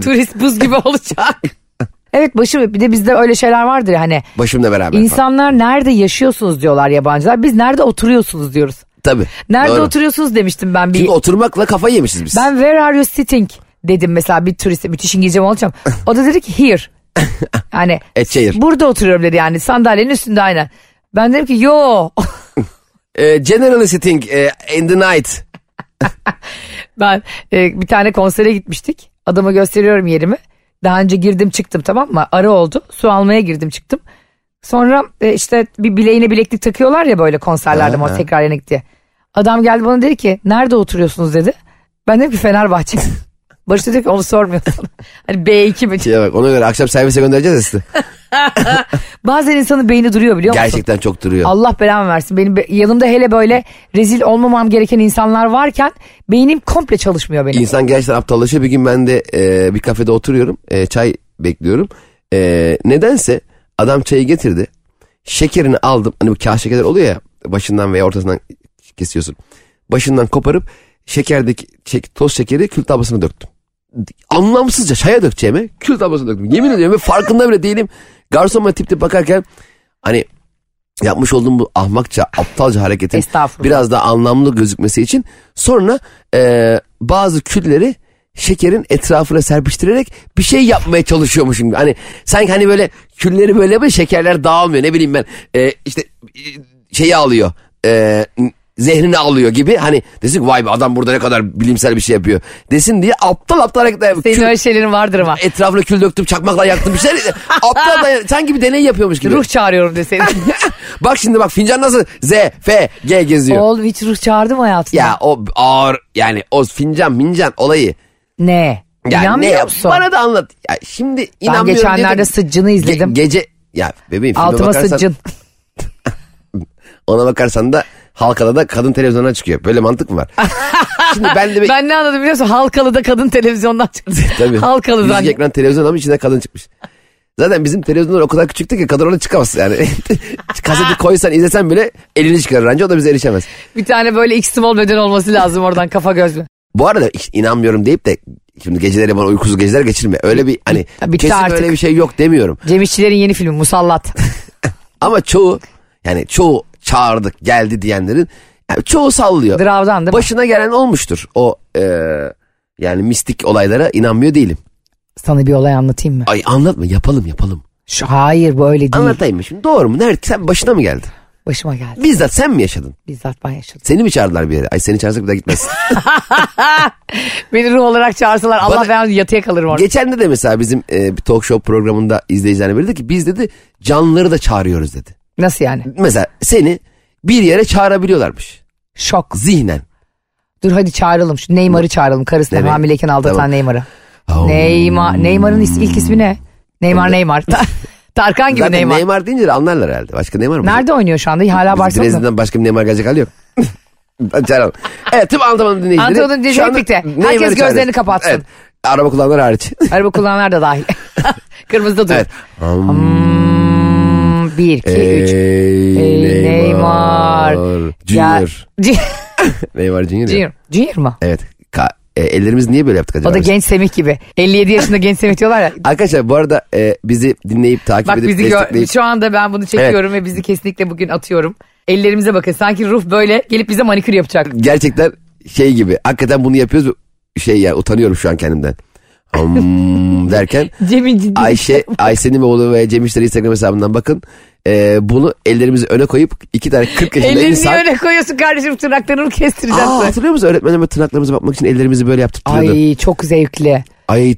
Turist buz gibi olacak. evet başım bir de bizde öyle şeyler vardır ya hani. Başımla beraber. falan. İnsanlar nerede yaşıyorsunuz diyorlar yabancılar. Biz nerede oturuyorsunuz diyoruz. Tabii. Nerede Doğru. oturuyorsunuz demiştim ben bir. Çünkü oturmakla kafayı yemişiz biz. ben where are you sitting dedim mesela bir turiste müthiş İngilizcem olacağım. O da dedi ki here. Yani Et şehir. burada oturuyorum dedi yani sandalyenin üstünde aynen. Ben dedim ki yo Ee, generally sitting e, in the night. Ben e, bir tane konsere gitmiştik. Adama gösteriyorum yerimi. Daha önce girdim çıktım tamam mı? Ara oldu. Su almaya girdim çıktım. Sonra e, işte bir bileğine bileklik takıyorlar ya böyle konserlerde mor tekrar yenik diye. Adam geldi bana dedi ki nerede oturuyorsunuz dedi. Ben dedim ki Fenerbahçe. Barış da dedi ki onu sormuyorsun. Hani B2 mi? Şeye bak ona göre akşam servise göndereceğiz ya sizi. Bazen insanın beyni duruyor biliyor musun? Gerçekten çok duruyor. Allah belamı versin. Benim be- yanımda hele böyle rezil olmamam gereken insanlar varken beynim komple çalışmıyor benim. İnsan gerçekten aptallaşıyor. Bir gün ben de e, bir kafede oturuyorum. e, çay bekliyorum. E, nedense adam çayı getirdi. Şekerini aldım. Hani bu kağıt şekerler oluyor ya. Başından veya ortasından kesiyorsun. Başından koparıp şekerdeki şek- toz şekeri kül tablasına döktüm. Anlamsızca çaya dökeceğime kül tablasına döktüm. Yemin ediyorum ve farkında bile değilim. Garson bana tip tip bakarken hani yapmış olduğum bu ahmakça aptalca hareketin Estağfurullah. biraz daha anlamlı gözükmesi için sonra e, bazı külleri şekerin etrafına serpiştirerek bir şey yapmaya çalışıyormuşum. Hani sanki hani böyle külleri böyle böyle şekerler dağılmıyor ne bileyim ben e, işte e, şeyi alıyor e, zehrini alıyor gibi hani desin ki vay be adam burada ne kadar bilimsel bir şey yapıyor desin diye aptal aptal hareketler yapıyor. Senin Kül- öyle şeylerin vardır ama. Etrafına kül döktüm çakmakla yaktım bir şeyler aptal da- sanki bir deney yapıyormuş gibi. Ruh çağırıyorum deseydin. bak şimdi bak fincan nasıl Z, F, G geziyor. Oğlum hiç ruh çağırdım hayatına. Ya o ağır yani o fincan mincan olayı. Ne? Ya İnanmıyor ne ya? musun? Bana da anlat. Ya şimdi ben inanmıyorum geçenlerde dedim. Sıccın'ı Ge- izledim. gece ya bebeğim filme Altıma bakarsan Sıccın. ona bakarsan da halkada da kadın televizyona çıkıyor. Böyle mantık mı var? Şimdi ben de Ben ne anladım biliyor musun? Halkalı'da kadın televizyondan çıktı. Tabii. Halkalı'dan. Yüzük ekran televizyon ama içinde kadın çıkmış. Zaten bizim televizyonlar o kadar küçüktü ki kadın ona çıkamaz yani. Kaseti koysan izlesen bile elini çıkarır anca o da bize erişemez. Bir tane böyle X-Small beden olması lazım oradan kafa gözlü. Bu arada hiç inanmıyorum deyip de şimdi geceleri bana uykusuz geceler geçirme. Öyle bir hani Ya bitti kesin artık. öyle bir şey yok demiyorum. Cem İşçilerin yeni filmi Musallat. Ama çoğu yani çoğu çağırdık geldi diyenlerin yani çoğu sallıyor. Drav'dan değil mi? Başına gelen olmuştur o eee, yani mistik olaylara inanmıyor değilim. Sana bir olay anlatayım mı? Ay anlatma yapalım yapalım. Şu, hayır bu öyle değil. Anlatayım mı şimdi doğru mu? Nerede sen başına mı geldi? Başıma geldi. Bizzat sen mi yaşadın? Bizzat ben yaşadım. Seni mi çağırdılar bir yere? Ay seni çağırsak bir daha gitmezsin. Beni ruh olarak çağırsalar Allah Bana- ben yatıya kalırım orada. Geçen de de mesela bizim eee, bir talk show programında izleyicilerine biri dedi ki biz dedi canlıları da çağırıyoruz dedi. Nasıl yani? mesela seni bir yere çağırabiliyorlarmış. Şok. Zihnen. Dur hadi çağıralım şu Neymar'ı çağıralım. Karısını Nereye? hamileyken aldatan Tamam. Neymar'ı. Oh. Neymar, Neymar'ın is- ilk ismi ne? Neymar Onda- Neymar. Tarkan gibi Zaten Neymar. Neymar. deyince de anlarlar herhalde. Başka Neymar mı? Nerede oynuyor şu anda? Hala Bizim Barcelona'da. Dresden'den başka bir Neymar gelecek hali yok. Ben çağıramam. evet tüm Antalya'nın dinleyicileri. Antalya'nın dinleyicileri şu anda birlikte. Herkes Neymar'ı gözlerini çağırıyoruz. kapatsın. Evet. Araba kullananlar hariç. Araba kullananlar da dahil. Kırmızıda dur. evet. Ee, Hmm, bir, iki, Ey üç. Ey Neymar. Neymar. Ya- Junior. Junior. Neymar Junior. ya. Junior. Junior mu? Evet. Ka- e, ellerimiz niye böyle yaptık acaba? O da biz? genç Semih gibi. 57 yaşında genç Semih diyorlar ya. Arkadaşlar bu arada e, bizi dinleyip takip Bak edip bizi gör, destekleyip- şu anda ben bunu çekiyorum ve bizi kesinlikle bugün atıyorum. Ellerimize bakın. Sanki ruh böyle gelip bize manikür yapacak. gerçekten şey gibi hakikaten bunu yapıyoruz şey ya utanıyorum şu an kendimden. Hmm derken Cemil ciddi. Ayşe Ayşe'nin ve oğlu ve Cem İşler'in Instagram hesabından bakın. Ee, bunu ellerimizi öne koyup iki tane 40 yaşında Ellerini insan. niye öne koyuyorsun kardeşim tırnaklarını kestireceğiz. Aa, sonra. hatırlıyor musun öğretmenime tırnaklarımıza bakmak için ellerimizi böyle yaptırtıyordu. Ay. Ay çok zevkli.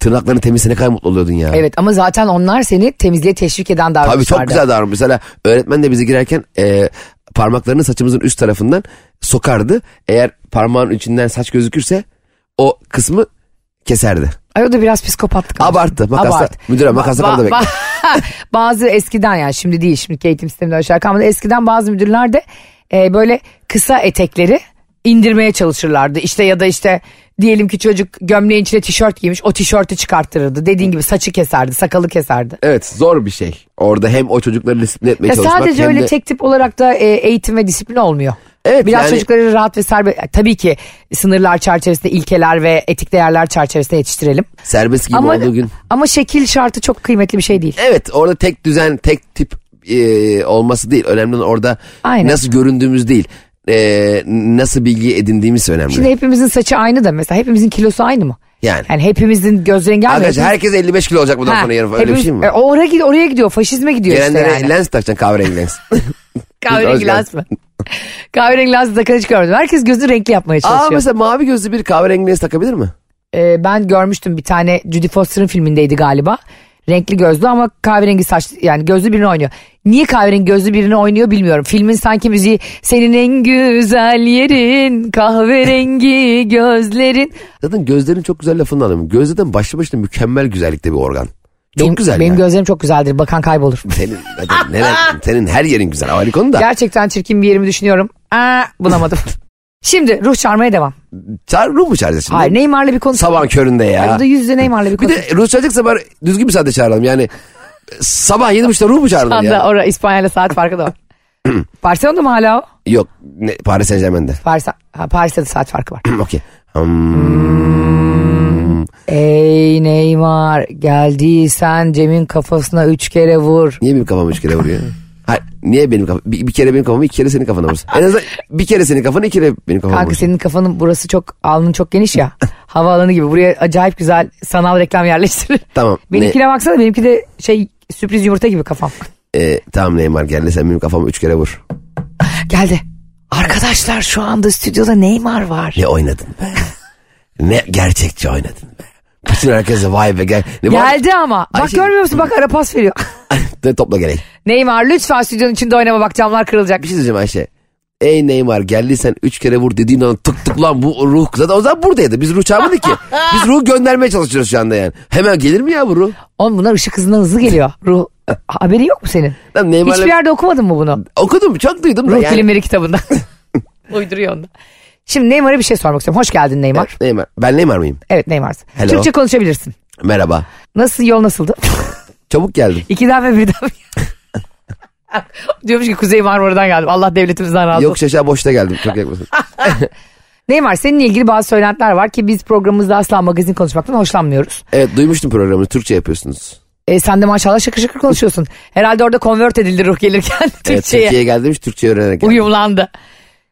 tırnakların temizse ne kadar mutlu oluyordun ya. Evet ama zaten onlar seni temizliğe teşvik eden davranışlardı. Tabii çok güzel davranmış. Mesela öğretmen de bizi girerken e, parmaklarını saçımızın üst tarafından sokardı. Eğer parmağın içinden saç gözükürse o kısmı keserdi. Ay o da biraz psikopatlık. ama. Abarttı. Makasla- müdüre makasla Ba- kapıda ba- bazı eskiden yani şimdi değil şimdi eğitim sisteminde öyle şarkı ama eskiden bazı müdürler de e, böyle kısa etekleri indirmeye çalışırlardı. İşte ya da işte diyelim ki çocuk gömleğin içine tişört giymiş o tişörtü çıkarttırırdı. Dediğin gibi saçı keserdi sakalı keserdi. Evet zor bir şey. Orada hem o çocukları disiplin etmeye Ya çalışmak sadece hem öyle de... tek tip olarak da e, eğitim ve disiplin olmuyor. Evet, Biraz yani- çocukları rahat ve serbest E, tabii ki sınırlar çerçevesinde ilkeler ve etik değerler çerçevesinde yetiştirelim. Serbest giyim Ama olduğu gün. ama şekil şartı çok kıymetli bir şey değil. Evet orada tek düzen tek tip e, olması değil. Önemli olan orada Aynen. nasıl göründüğümüz değil. E, nasıl bilgi edindiğimiz önemli. Şimdi hepimizin saçı aynı da mesela hepimizin kilosu aynı mı? Yani. hepimizin göz rengi aynı. Arkadaşlar Hepimiz- herkes 55 kilo olacak bundan Ha, sonra yarın. Öyle bir hepimiz- şey mi? E, oraya, gidiyor, oraya gidiyor faşizme gidiyor Gelenlere işte yani. lens takacaksın kahverengi lens. Kahverengi Hoş geldin. lens mi? Kahverengi lens takın hiç görmedim. Herkes gözünü renkli yapmaya Aa çalışıyor. mesela mavi gözlü bir kahverengi lens takabilir mi? E, ben görmüştüm bir tane Judy Foster'ın filmindeydi galiba. Renkli gözlü ama kahverengi saç yani gözlü birini oynuyor. Niye kahverengi gözlü birini oynuyor bilmiyorum. Filmin sanki müziği senin en güzel yerin kahverengi gözlerin. Zaten gözlerin çok güzel lafını anlamıyorum. Göz zaten başlı başına mükemmel güzellikte bir organ. Çok Benim- güzel Benim yani. gözlerim çok güzeldir bakan kaybolur. Senin, zaten neler, senin her yerin güzel. Ayrı konu da. Gerçekten çirkin bir yerimi düşünüyorum. Aa, bulamadım. Şimdi ruh çağırmaya devam. Çağır, ruh mu çağıracağız şimdi? Hayır Neymar'la bir konuşalım. Sabahın köründe Ay, ya. Bu da yüz yüze Neymar'la bir Bir konuşalım. de ruh çağıracaksa bari düzgün bir saatte çağıralım. Yani sabah yedi buçukta ruh mu Şu çağırdın anda ya? orada İspanya'yla saat farkı da var. Barcelona'da mı hala o? Yok ne, Paris Saint Germain'de. Paris, ha, Paris'te de saat farkı var. Okey. Hmm, Ey Neymar geldiysen Cem'in kafasına üç kere vur. niye benim kafamı üç kere vuruyor? Hayır, niye benim kafam? Bir, bir kere benim kafamı, iki kere senin kafana vursun. En azından bir kere senin kafana, iki kere benim kafama Kanka vursun. senin kafanın burası çok alnın çok geniş ya. Havaalanı gibi. Buraya acayip güzel sanal reklam yerleştirir. Tamam. Benimkine baksana benimki de şey sürpriz yumurta gibi kafam. Ee, tamam Neymar geldi sen benim kafamı üç kere vur. Geldi. Arkadaşlar şu anda stüdyoda Neymar var. Ne oynadın be? ne gerçekçi oynadın be? Bütün herkese vay be gel. Ne, bu- Geldi ama. Bak Ayşe- görmüyor musun? Bak ara pas veriyor. Ne topla gerek. Neymar lütfen stüdyonun içinde oynama bak camlar kırılacak. Bir şey diyeceğim Ayşe. Ey Neymar geldiysen üç kere vur dediğin an tık tık lan bu ruh. Zaten o zaman buradaydı. Biz ruh çağırmadık ki. Biz ruhu göndermeye çalışıyoruz şu anda yani. Hemen gelir mi ya bu ruh? Oğlum bunlar ışık hızından hızlı geliyor. Ruh haberin yok mu senin? Lan Neymar'la Hiçbir yerde okumadın mı bunu? okudum çok duydum. da Ruh yani. bilimleri kitabında. Uyduruyor onu. Şimdi Neymar'a bir şey sormak istiyorum. Hoş geldin Neymar. Neymar. Ben Neymar mıyım? Evet Neymar'sın. Hello. Türkçe konuşabilirsin. Merhaba. Nasıl yol nasıldı? Çabuk geldim. İkiden ve birden. Diyormuş ki Kuzey Marmara'dan geldim. Allah devletimizden razı olsun. Yok şaşa boşta geldim. Çok yaklaşık. Neymar seninle ilgili bazı söylentiler var ki biz programımızda asla magazin konuşmaktan hoşlanmıyoruz. evet duymuştum programı. Türkçe yapıyorsunuz. E, sen de maşallah şakır şakır konuşuyorsun. Herhalde orada convert edildi ruh gelirken Evet, Türkçe'ye Türkiye'ye geldim. Türkçe öğrenerek geldim. uyumlandı.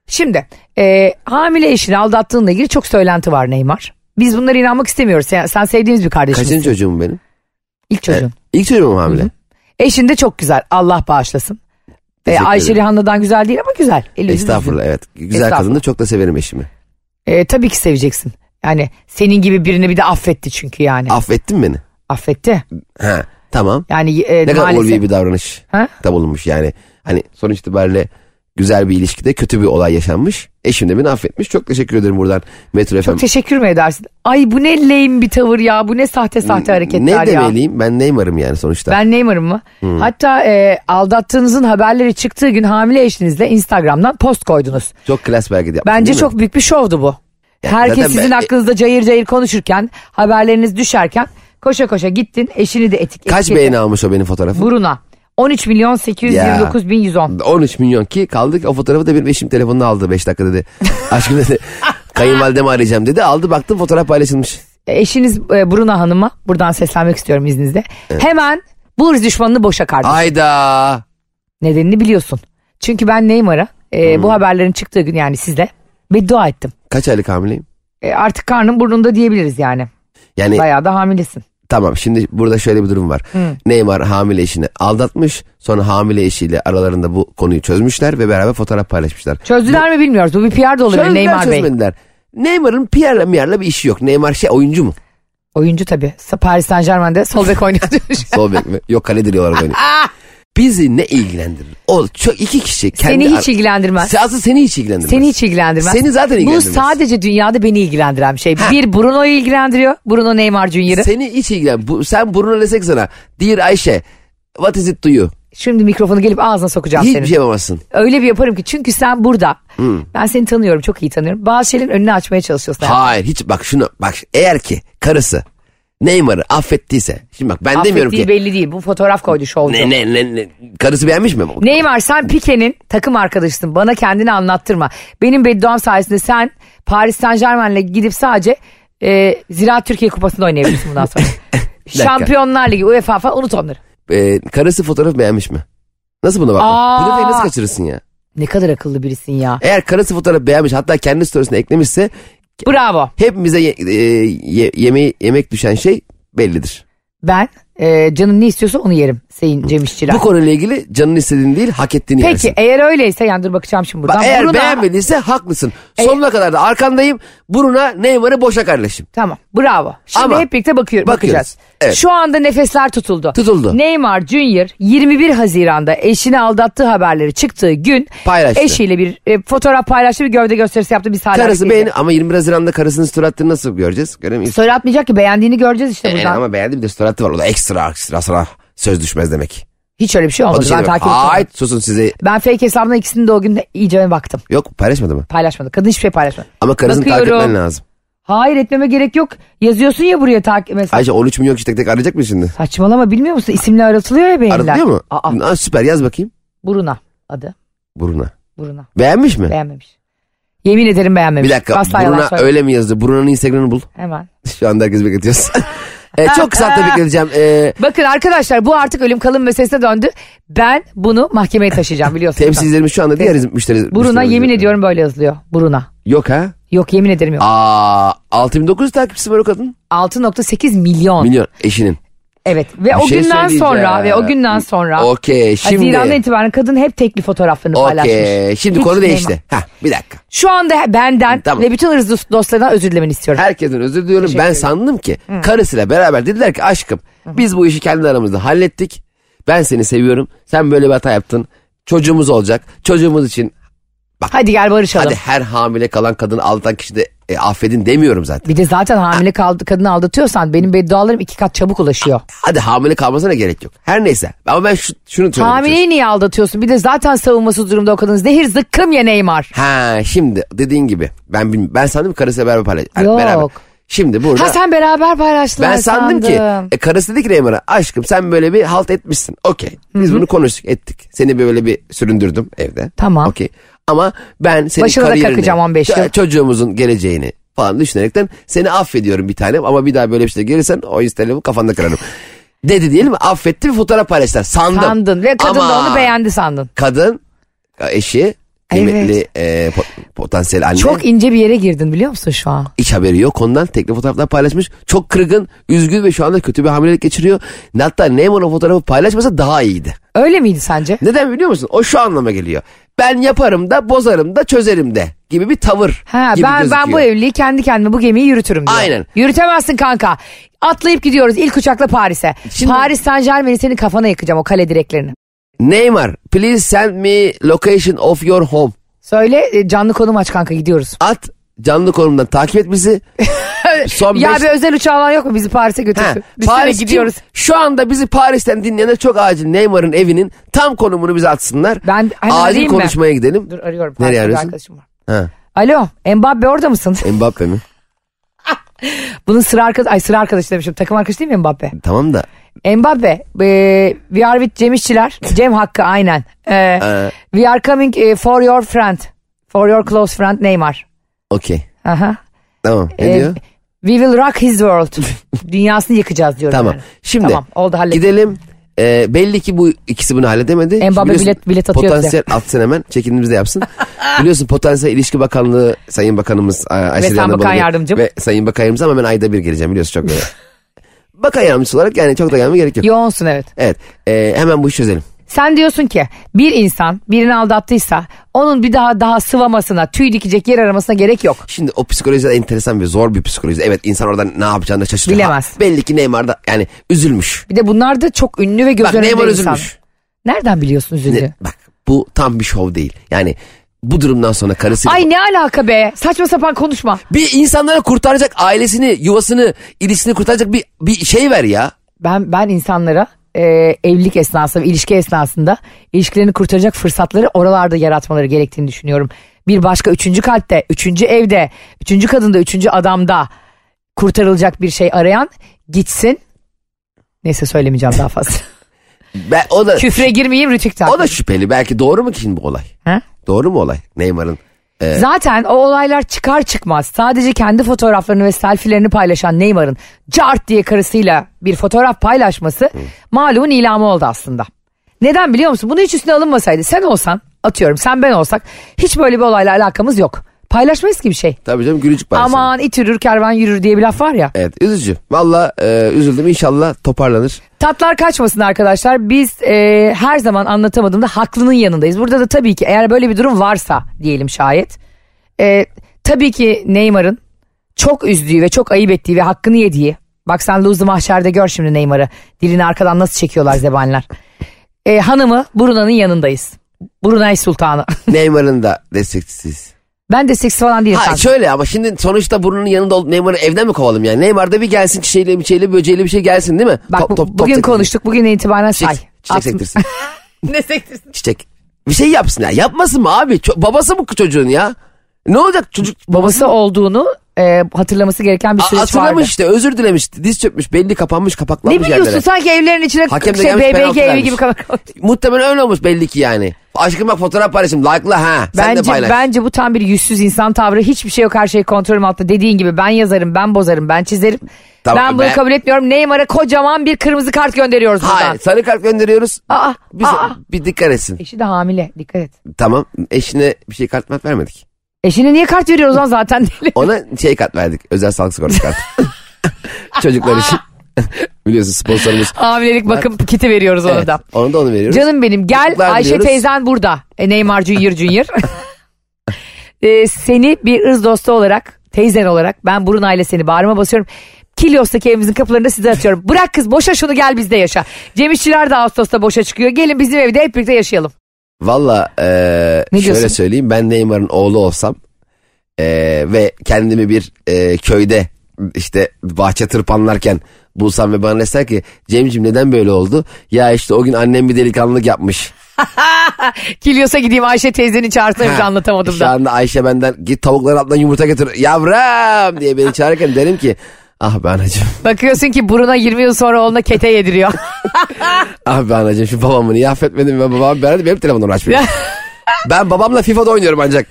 Şimdi e, hamile eşini aldattığınla ilgili çok söylenti var Neymar. Biz bunlara inanmak istemiyoruz. Sen, sen E, sevdiğimiz bir kardeşimizsin. Kaçıncı çocuğum benim? İlk çocuğun. İlk çocuğum mu hamile. Eşin de çok güzel. Allah bağışlasın. E, Teşekkür Ayşe ederim. Rihanna'dan güzel değil ama güzel. Eli yüzü Estağfurullah evet. Güzel Estağfurullah. kadındı. Çok da severim eşimi. düzgün. E, tabii ki seveceksin. Yani senin gibi birini bir de affetti çünkü yani. Affettin beni. affetti. Ha, tamam. Yani e, Ne kadar maalesef. ulvi bir davranış Ha? da bulunmuş yani. Hani sonuç itibariyle güzel bir ilişkide kötü bir olay yaşanmış. Eşim de beni affetmiş. Çok teşekkür ederim buradan Metro FM. Çok teşekkür mü edersin? Ay bu ne lame bir tavır ya. Bu ne sahte sahte hareketler ne ya. demeliyim? Ben Neymar'ım yani sonuçta. Ben Neymar'ım mı? Hmm. Hatta e, aldattığınızın haberleri çıktığı gün hamile eşinizle Instagram'dan post koydunuz. Çok klas bir hareket yaptım Bence değil mi? çok büyük bir şovdu bu. Herkes zaten sizin ben- aklınızda cayır cayır konuşurken, haberleriniz düşerken koşa koşa gittin eşini de etik Kaç etiketle- beğeni almış o benim fotoğrafım? Buruna. 13 milyon 829 bin 110. 13 milyon ki kaldık o fotoğrafı da benim eşim telefonunu aldı 5 dakika dedi. Aşkım dedi kayınvalidemi arayacağım dedi aldı baktım fotoğraf paylaşılmış. Eşiniz e, Bruna Hanım'a buradan seslenmek istiyorum izninizle. Hemen bu hırs düşmanını boşa kardeşim. Hayda Nedenini biliyorsun. Çünkü ben Neymar'a e, Hmm. bu haberlerin çıktığı gün yani sizle beddua ettim. kaç aylık hamileyim? E, artık karnın burnunda diyebiliriz yani. Yani Bayağı da hamilesin. tamam şimdi burada şöyle bir durum var. Neymar hamile eşini aldatmış sonra hamile eşiyle aralarında bu konuyu çözmüşler ve beraber fotoğraf paylaşmışlar. Çözdüler mi bilmiyoruz. Bu bir PR da olabilir Çözdüler, Neymar Bey. çözmediler. Neymar'ın PR'la miyarla bir işi yok. Neymar şey oyuncu mu? Oyuncu tabii. Sa- Paris Saint Germain'de sol bek oynuyor demiş. Sol bek mi? Yok kaledir olarak oynuyor. Bizi ne ilgilendirir? O çok iki kişi kendi Seni ar- hiç ilgilendirmez. Siyasi seni hiç ilgilendirmez. Seni hiç ilgilendirmez. Seni zaten ilgilendirmez. Bu sadece dünyada beni ilgilendiren bir şey. Bir Bruno'yu ilgilendiriyor. Bruno Neymar Junior'ı. Seni hiç ilgilen. Bu, sen Bruno desek sana. Dear Ayşe. What is it to you? Şimdi mikrofonu gelip ağzına sokacağım Hiçbir seni. şey Hmm. yapamazsın. Öyle bir yaparım ki çünkü sen burada. Ben seni tanıyorum çok iyi tanıyorum. Bazı şeylerin önünü açmaya çalışıyorsun. Hayır hiç bak şunu bak eğer ki karısı Neymar'ı affettiyse. Şimdi bak ben demiyorum Affettiği ki. belli değil. Bu fotoğraf koydu şovcu. Ne, ne, ne, ne, karısı beğenmiş mi? Neymar sen Pike'nin takım arkadaşısın. Bana kendini anlattırma. Benim bedduam sayesinde sen Paris Saint Germain'le gidip sadece e, Ziraat Türkiye Kupası'nda oynayabilirsin bundan sonra. Şampiyonlar Ligi, UEFA falan unut onları. Ee, karısı fotoğraf beğenmiş mi? Nasıl buna bakma? Aa. Bu detayı nasıl kaçırırsın ya? Ne kadar akıllı birisin ya. Eğer karısı fotoğraf beğenmiş hatta kendi storiesine eklemişse E, Bravo. hepimize ye- e, ye- yemeği, yemek düşen şey bellidir. Ben e, canın ne istiyorsa onu yerim Sayın Cem İşçiler. Bu konuyla ilgili canın istediğini değil hak ettiğini Peki yersin. eğer öyleyse yani dur bakacağım şimdi buradan. Bak, eğer Bruna- beğenmediyse haklısın. E- Sonuna kadar da arkandayım. Buruna Neymar'ı boşa kardeşim. Tamam bravo. Şimdi Ama- hep birlikte bakıyor, Bakıyoruz, bakacağız. evet. Şu anda nefesler tutuldu. Tutuldu. Neymar Junior 21 Haziran'da eşini aldattığı haberleri çıktığı gün Paylaştı. eşiyle bir e, fotoğraf paylaştı bir gövde gösterisi yaptı bir sahne. Karısı hareketi. beğeni ama 21 Haziran'da karısının suratını nasıl göreceğiz? Göremeyiz. Story atmayacak ki beğendiğini göreceğiz işte Yani buradan. Ee, E, ama beğendi bir de suratı var. O da ekstra ekstra sana söz düşmez demek. Hiç öyle bir şey O da olmadı. şey ben demek. takip ettim. Ay susun size. Ben fake hesabına ikisini de o gün iyice baktım. Yok paylaşmadı mı? Paylaşmadı. Kadın hiçbir şey paylaşmadı. Ama karısını takip Bakıyorum. etmen lazım. Hayır etmeme gerek yok. Yazıyorsun ya buraya takip mesela. Ayşe 13 milyon kişi tek tek arayacak mı şimdi? Saçmalama bilmiyor musun? İsimle aratılıyor ya beyinler. Aratılıyor mu? Aa, Aa, süper yaz bakayım. Buruna adı. Buruna. Buruna. Beğenmiş mi? Beğenmemiş. Yemin ederim beğenmemiş. Bir dakika. Asla yalan Buruna söylemiyorum. öyle mi yazdı? Buruna'nın Instagram'ını bul. Hemen. Şu anda herkes bekletiyoruz. e, çok kısa da bekleteceğim. E, Bakın arkadaşlar bu artık ölüm kalım meselesine döndü. Ben bunu mahkemeye taşıyacağım biliyorsunuz. temsilcilerimiz şu anda diğer müşteri. Buruna müşterimiz- yemin ediyorum böyle yazılıyor. Buruna. Yok ha. Yok yemin ederim yok. Aa 6900 takipçisi var o kadın. 6.8 milyon. Milyon eşinin. Evet ve Bir E, o şey günden söyleyeceğim. sonra ve o günden sonra Okey şimdi. Haziran'dan itibaren kadın hep tekli fotoğraflarını paylaşmış. Okey şimdi Hiç konu Neymar. değişti. Ha bir dakika. Şu anda benden Tamam. ve bütün hırsız dostlarından özür dilemeni istiyorum. Herkesten özür diliyorum. Ben sandım ki karısıyla beraber dediler ki aşkım biz bu işi kendi aramızda hallettik. Ben seni seviyorum. Sen böyle bir hata yaptın. Çocuğumuz olacak. Çocuğumuz için Hadi gel barışalım. hadi her hamile kalan kadını aldatan kişi de E, affedin demiyorum zaten. Bir de zaten hamile kaldı, kadını aldatıyorsan benim beddualarım iki kat çabuk ulaşıyor. Hadi hamile kalmasına gerek yok. Her neyse. Ama ben şu, şunu söylemek istiyorum. Hamileyi niye aldatıyorsun? Bir de zaten savunmasız durumda o kadın. Zehir zıkkım ya Neymar. Ha şimdi dediğin gibi. Ben bilmiyorum. Ben sandım karısı beraber paylaşacak. Yok. Beraber. Şimdi burada. Ha sen beraber paylaştılar Ben sandım, ki e, karısı dedi ki Reymen'e aşkım sen böyle bir halt etmişsin. Okey. Biz bunu konuştuk ettik. Seni böyle bir süründürdüm evde. Tamam. Okey. Ama ben senin Başına da kariyerini, kakacağım 15 yıl. ço- çocuğumuzun geleceğini falan düşünerekten seni affediyorum bir tanem ama bir daha böyle bir şey gelirsen o instagramı kafanda kırarım. dedi diyelim mi? affetti bir fotoğraf paylaştılar. Sandım. Sandın ve kadın da Ama onu beğendi sandın. Kadın eşi kıymetli e, po- potansiyel anne. Çok ince bir yere girdin biliyor musun şu an? Hiç haberi yok ondan. Tekli fotoğraflar paylaşmış. Çok kırgın, üzgün ve şu anda kötü bir hamilelik geçiriyor. Hatta Neyman o fotoğrafı paylaşmasa daha iyiydi. Öyle miydi sence? Neden biliyor musun? O şu anlama geliyor. Ben yaparım da bozarım da çözerim de gibi bir tavır Ha, gibi ben ben bu gözüküyor. evliliği kendi kendime bu gemiyi yürütürüm diyor. Aynen. Yürütemezsin kanka. Atlayıp gidiyoruz ilk uçakla Paris'e. Şimdi- Paris Saint Germain'i senin kafana yıkacağım o kale direklerini. Neymar please send me location of your home. Söyle e, canlı konum aç kanka gidiyoruz. At canlı konumdan takip et bizi. Son ya beş- bir özel uçağı falan yok mu bizi Paris'e Ha, götürsün? Biz Paris Paris gidiyoruz. Kim? Şu anda bizi Paris'ten dinleyenler çok acil Neymar'ın evinin tam konumunu bize atsınlar. Ben- hani acil arayayım ben. konuşmaya gidelim. Dur arıyorum. Nereye Paris'te bir arıyorsun? arkadaşım var. Ha. Alo Mbappe orada mısın? Mbappe mi? Bunun sıra arkadaş, ay sıra arkadaşı demişim. Takım arkadaşı değil mi Mbappe? Tamam da Mbappe, e, we are with Cem İşçiler. Cem Hakkı aynen. E, Ee. we are coming e, for your friend. For your close friend Neymar. okey. Aha. Tamam. Ne E, diyor? We will rock his world. Dünyasını yıkacağız diyorum. Tamam. yani. Şimdi Tamam oldu hallettim. gidelim. Ee, belli ki bu ikisi bunu halledemedi. Mbappe Biliyorsun, bilet- bilet atıyor Potansiyel atsın hemen. Çekimimizi de yapsın. Biliyorsun potansiyel ilişki bakanlığı Sayın Bakanımız A- Ayşe Sayın Canan Bakan Balıbey Yardımcım. Ve Sayın Bakan Yardımcım ama ben ayda bir geleceğim biliyorsun çok böyle. bakan Yardımcısı olarak yani çok da gelmeme gerek yok. Yoğunsun evet. Evet. Ee, hemen bu işi çözelim. Sen diyorsun ki bir insan birini aldattıysa onun bir daha daha sıvamasına, tüy dikecek yer aramasına gerek yok. Şimdi o psikoloji de enteresan bir zor bir psikoloji. Evet insan oradan ne yapacağını da şaşırıyor. Bilemez. Ha, belli ki Neymar da yani üzülmüş. Bir de bunlar da çok ünlü ve göz Bak önünde Neymar insan. üzülmüş. Nereden biliyorsun üzüldü? Ne- bak bu tam bir şov değil. Yani bu durumdan sonra karısı Ay ne alaka be? Saçma sapan konuşma. bir insanları kurtaracak ailesini, yuvasını, ilişkisini kurtaracak bir bir şey ver ya. Ben ben insanlara e, evlilik esnasında, ve ilişki esnasında ilişkilerini kurtaracak fırsatları oralarda yaratmaları gerektiğini düşünüyorum. Bir başka üçüncü kalpte, üçüncü evde, üçüncü kadında, üçüncü adamda kurtarılacak bir şey arayan gitsin. Neyse söylemeyeceğim daha fazla. Ben, o da Küfre girmeyeyim Rütük'ten. o da şüpheli. Belki doğru mu ki şimdi bu olay? Ha? Doğru mu olay? Neymar'ın Zaten o olaylar çıkar çıkmaz sadece kendi fotoğraflarını ve selfilerini paylaşan Neymar'ın cart diye karısıyla bir fotoğraf paylaşması malumun ilamı oldu aslında. Neden biliyor musun? Bunu hiç üstüne alınmasaydı sen olsan atıyorum sen ben olsak hiç böyle bir olayla alakamız yok. Paylaşmayız ki bir şey. tabii canım gülücük parası. Aman it yürür kervan yürür diye bir laf var ya. Evet üzücü. Valla e, üzüldüm inşallah toparlanır. Tatlar kaçmasın arkadaşlar. Biz e, her zaman anlatamadığımda haklının yanındayız. Burada da tabii ki eğer böyle bir durum varsa diyelim şayet. E, tabii ki Neymar'ın çok üzdüğü ve çok ayıp ettiği ve hakkını yediği. Bak sen Luzlu Mahşer'de gör şimdi Neymar'ı. Dilini arkadan nasıl çekiyorlar zebanlar. E, hanımı Bruna'nın yanındayız. Brunei Sultanı. Neymar'ın da destekçisiyiz. ben de seks falan değilim. Ha sanki. şöyle ama şimdi sonuçta burnunun yanında olup Neymar'ı evden mi kovalım yani? Neymar da bir gelsin çiçeğiyle bir şeyle böceğiyle bir şey gelsin değil mi? Bak Top- bu- top- top bugün sektirsin. konuştuk. Bugün itibaren Çiçek, say. çiçek Altın- sektirsin. ne sektirsin? çiçek. Bir şey yapsın ya. Yapmasın mı abi? Ço- babası mı çocuğun ya? Ne olacak çocuk? Babası olduğunu e, hatırlaması gereken bir A- süreç vardı. hatırlamış işte özür dilemiş diz çökmüş belli kapanmış kapaklanmış Ne biliyorsun yerlere. sanki evlerin içine Hakem de şey, gelmiş, BBG penaltı evi vermiş. gibi kapak. Muhtemelen öyle olmuş belli ki yani. Aşkım bak fotoğraf paylaşım like'la ha sen de Bence, paylaş. bence bu tam bir yüzsüz insan tavrı. Hiçbir şey yok her şey kontrolüm altında. Dediğin gibi ben yazarım, ben bozarım, ben çizerim. Tamam, ben bunu ben- kabul etmiyorum. Neymar'a kocaman bir kırmızı kart gönderiyoruz buradan. Hayır sarı kart gönderiyoruz. Aa, Bir, aa. bir dikkat etsin. Eşi de hamile dikkat et. Tamam eşine bir şey kart mart vermedik. Eşine niye kart veriyoruz lan zaten deli. Ona şey kart verdik özel sağlık sigortası kartı. Çocuklar için. Biliyorsun sponsorumuz. Hamilelik bakım kiti veriyoruz ona Evet, da. onu da onu veriyoruz. Canım benim gel Çocuklar Ayşe diyoruz. teyzen burada. E, Neymar Junior Junior. E, seni bir ırz dostu olarak teyzen olarak ben Bruna ile seni bağrıma basıyorum. Kilyos'taki evimizin kapılarında size atıyorum. Bırak kız boşa şunu gel bizde yaşa. Cem İşçiler de Ağustos'ta boşa çıkıyor. Gelin bizim evde hep birlikte yaşayalım. Valla eee, Ne şöyle diyorsun? söyleyeyim ben Neymar'ın oğlu olsam Ee, ve kendimi bir e, köyde işte bahçe tırpanlarken bulsam ve bana deseler ki Cem'ciğim neden böyle oldu? Ya işte o gün annem bir delikanlılık yapmış. Kilios'a gideyim Ayşe teyzenin çağırsın Ha, anlatamadım Şu da. anda Ayşe benden git tavukların altından yumurta getir yavrum diye beni çağırırken derim ki ah be anacığım Bakıyorsun ki buruna 20 yıl sonra oğluna kete yediriyor. ah be anacığım şu babamı niye affetmedim ben babam beraber benim telefonumdan açmıyor. ben babamla FIFA'da oynuyorum ancak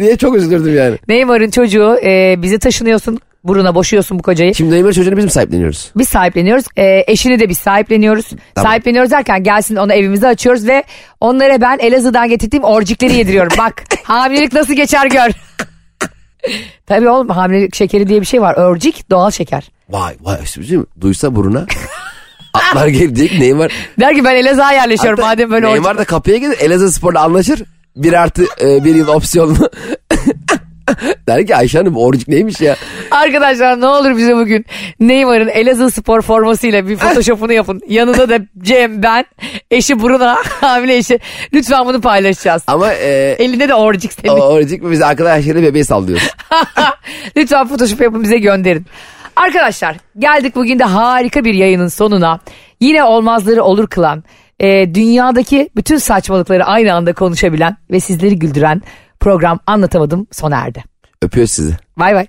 diye çok üzülürdüm yani. Neymar'ın çocuğu e, bize taşınıyorsun buruna boşuyorsun bu kocayı. Şimdi Neymar çocuğunu biz mi sahipleniyoruz? Biz sahipleniyoruz. E, eşini de biz sahipleniyoruz. Tamam. Sahipleniyoruz derken gelsin onu evimize açıyoruz ve onlara ben Elazığ'dan getirdiğim orcikleri yediriyorum. Bak hamilelik nasıl geçer gör. Tabii oğlum hamilelik şekeri diye bir şey var. Orcik doğal şeker. Vay vay sürücü Duysa buruna. Atlar gelip diye ki Neymar. Der ki ben Elazığ'a yerleşiyorum Hatta madem böyle orcik. Neymar da kapıya gelir Elazığ Spor'la anlaşır. Bir artı e, bir yıl opsiyonlu. Der ki Ayşe Hanım orucuk neymiş ya? Arkadaşlar ne olur bize bugün Neymar'ın Elazığ spor formasıyla bir photoshopunu yapın. Yanında da Cem ben, eşi Bruna, hamile eşi. Lütfen bunu paylaşacağız. Ama e, Elinde de orcik O senin. orucuk mu biz arkadaşları bebeği sallıyoruz. Lütfen photoshop yapın bize gönderin. Arkadaşlar geldik bugün de harika bir yayının sonuna. Yine olmazları olur kılan, e, dünyadaki bütün saçmalıkları aynı anda konuşabilen ve sizleri güldüren program anlatamadım sona erdi. Öpüyoruz sizi. Bay bay.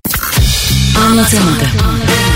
Anlatamadım.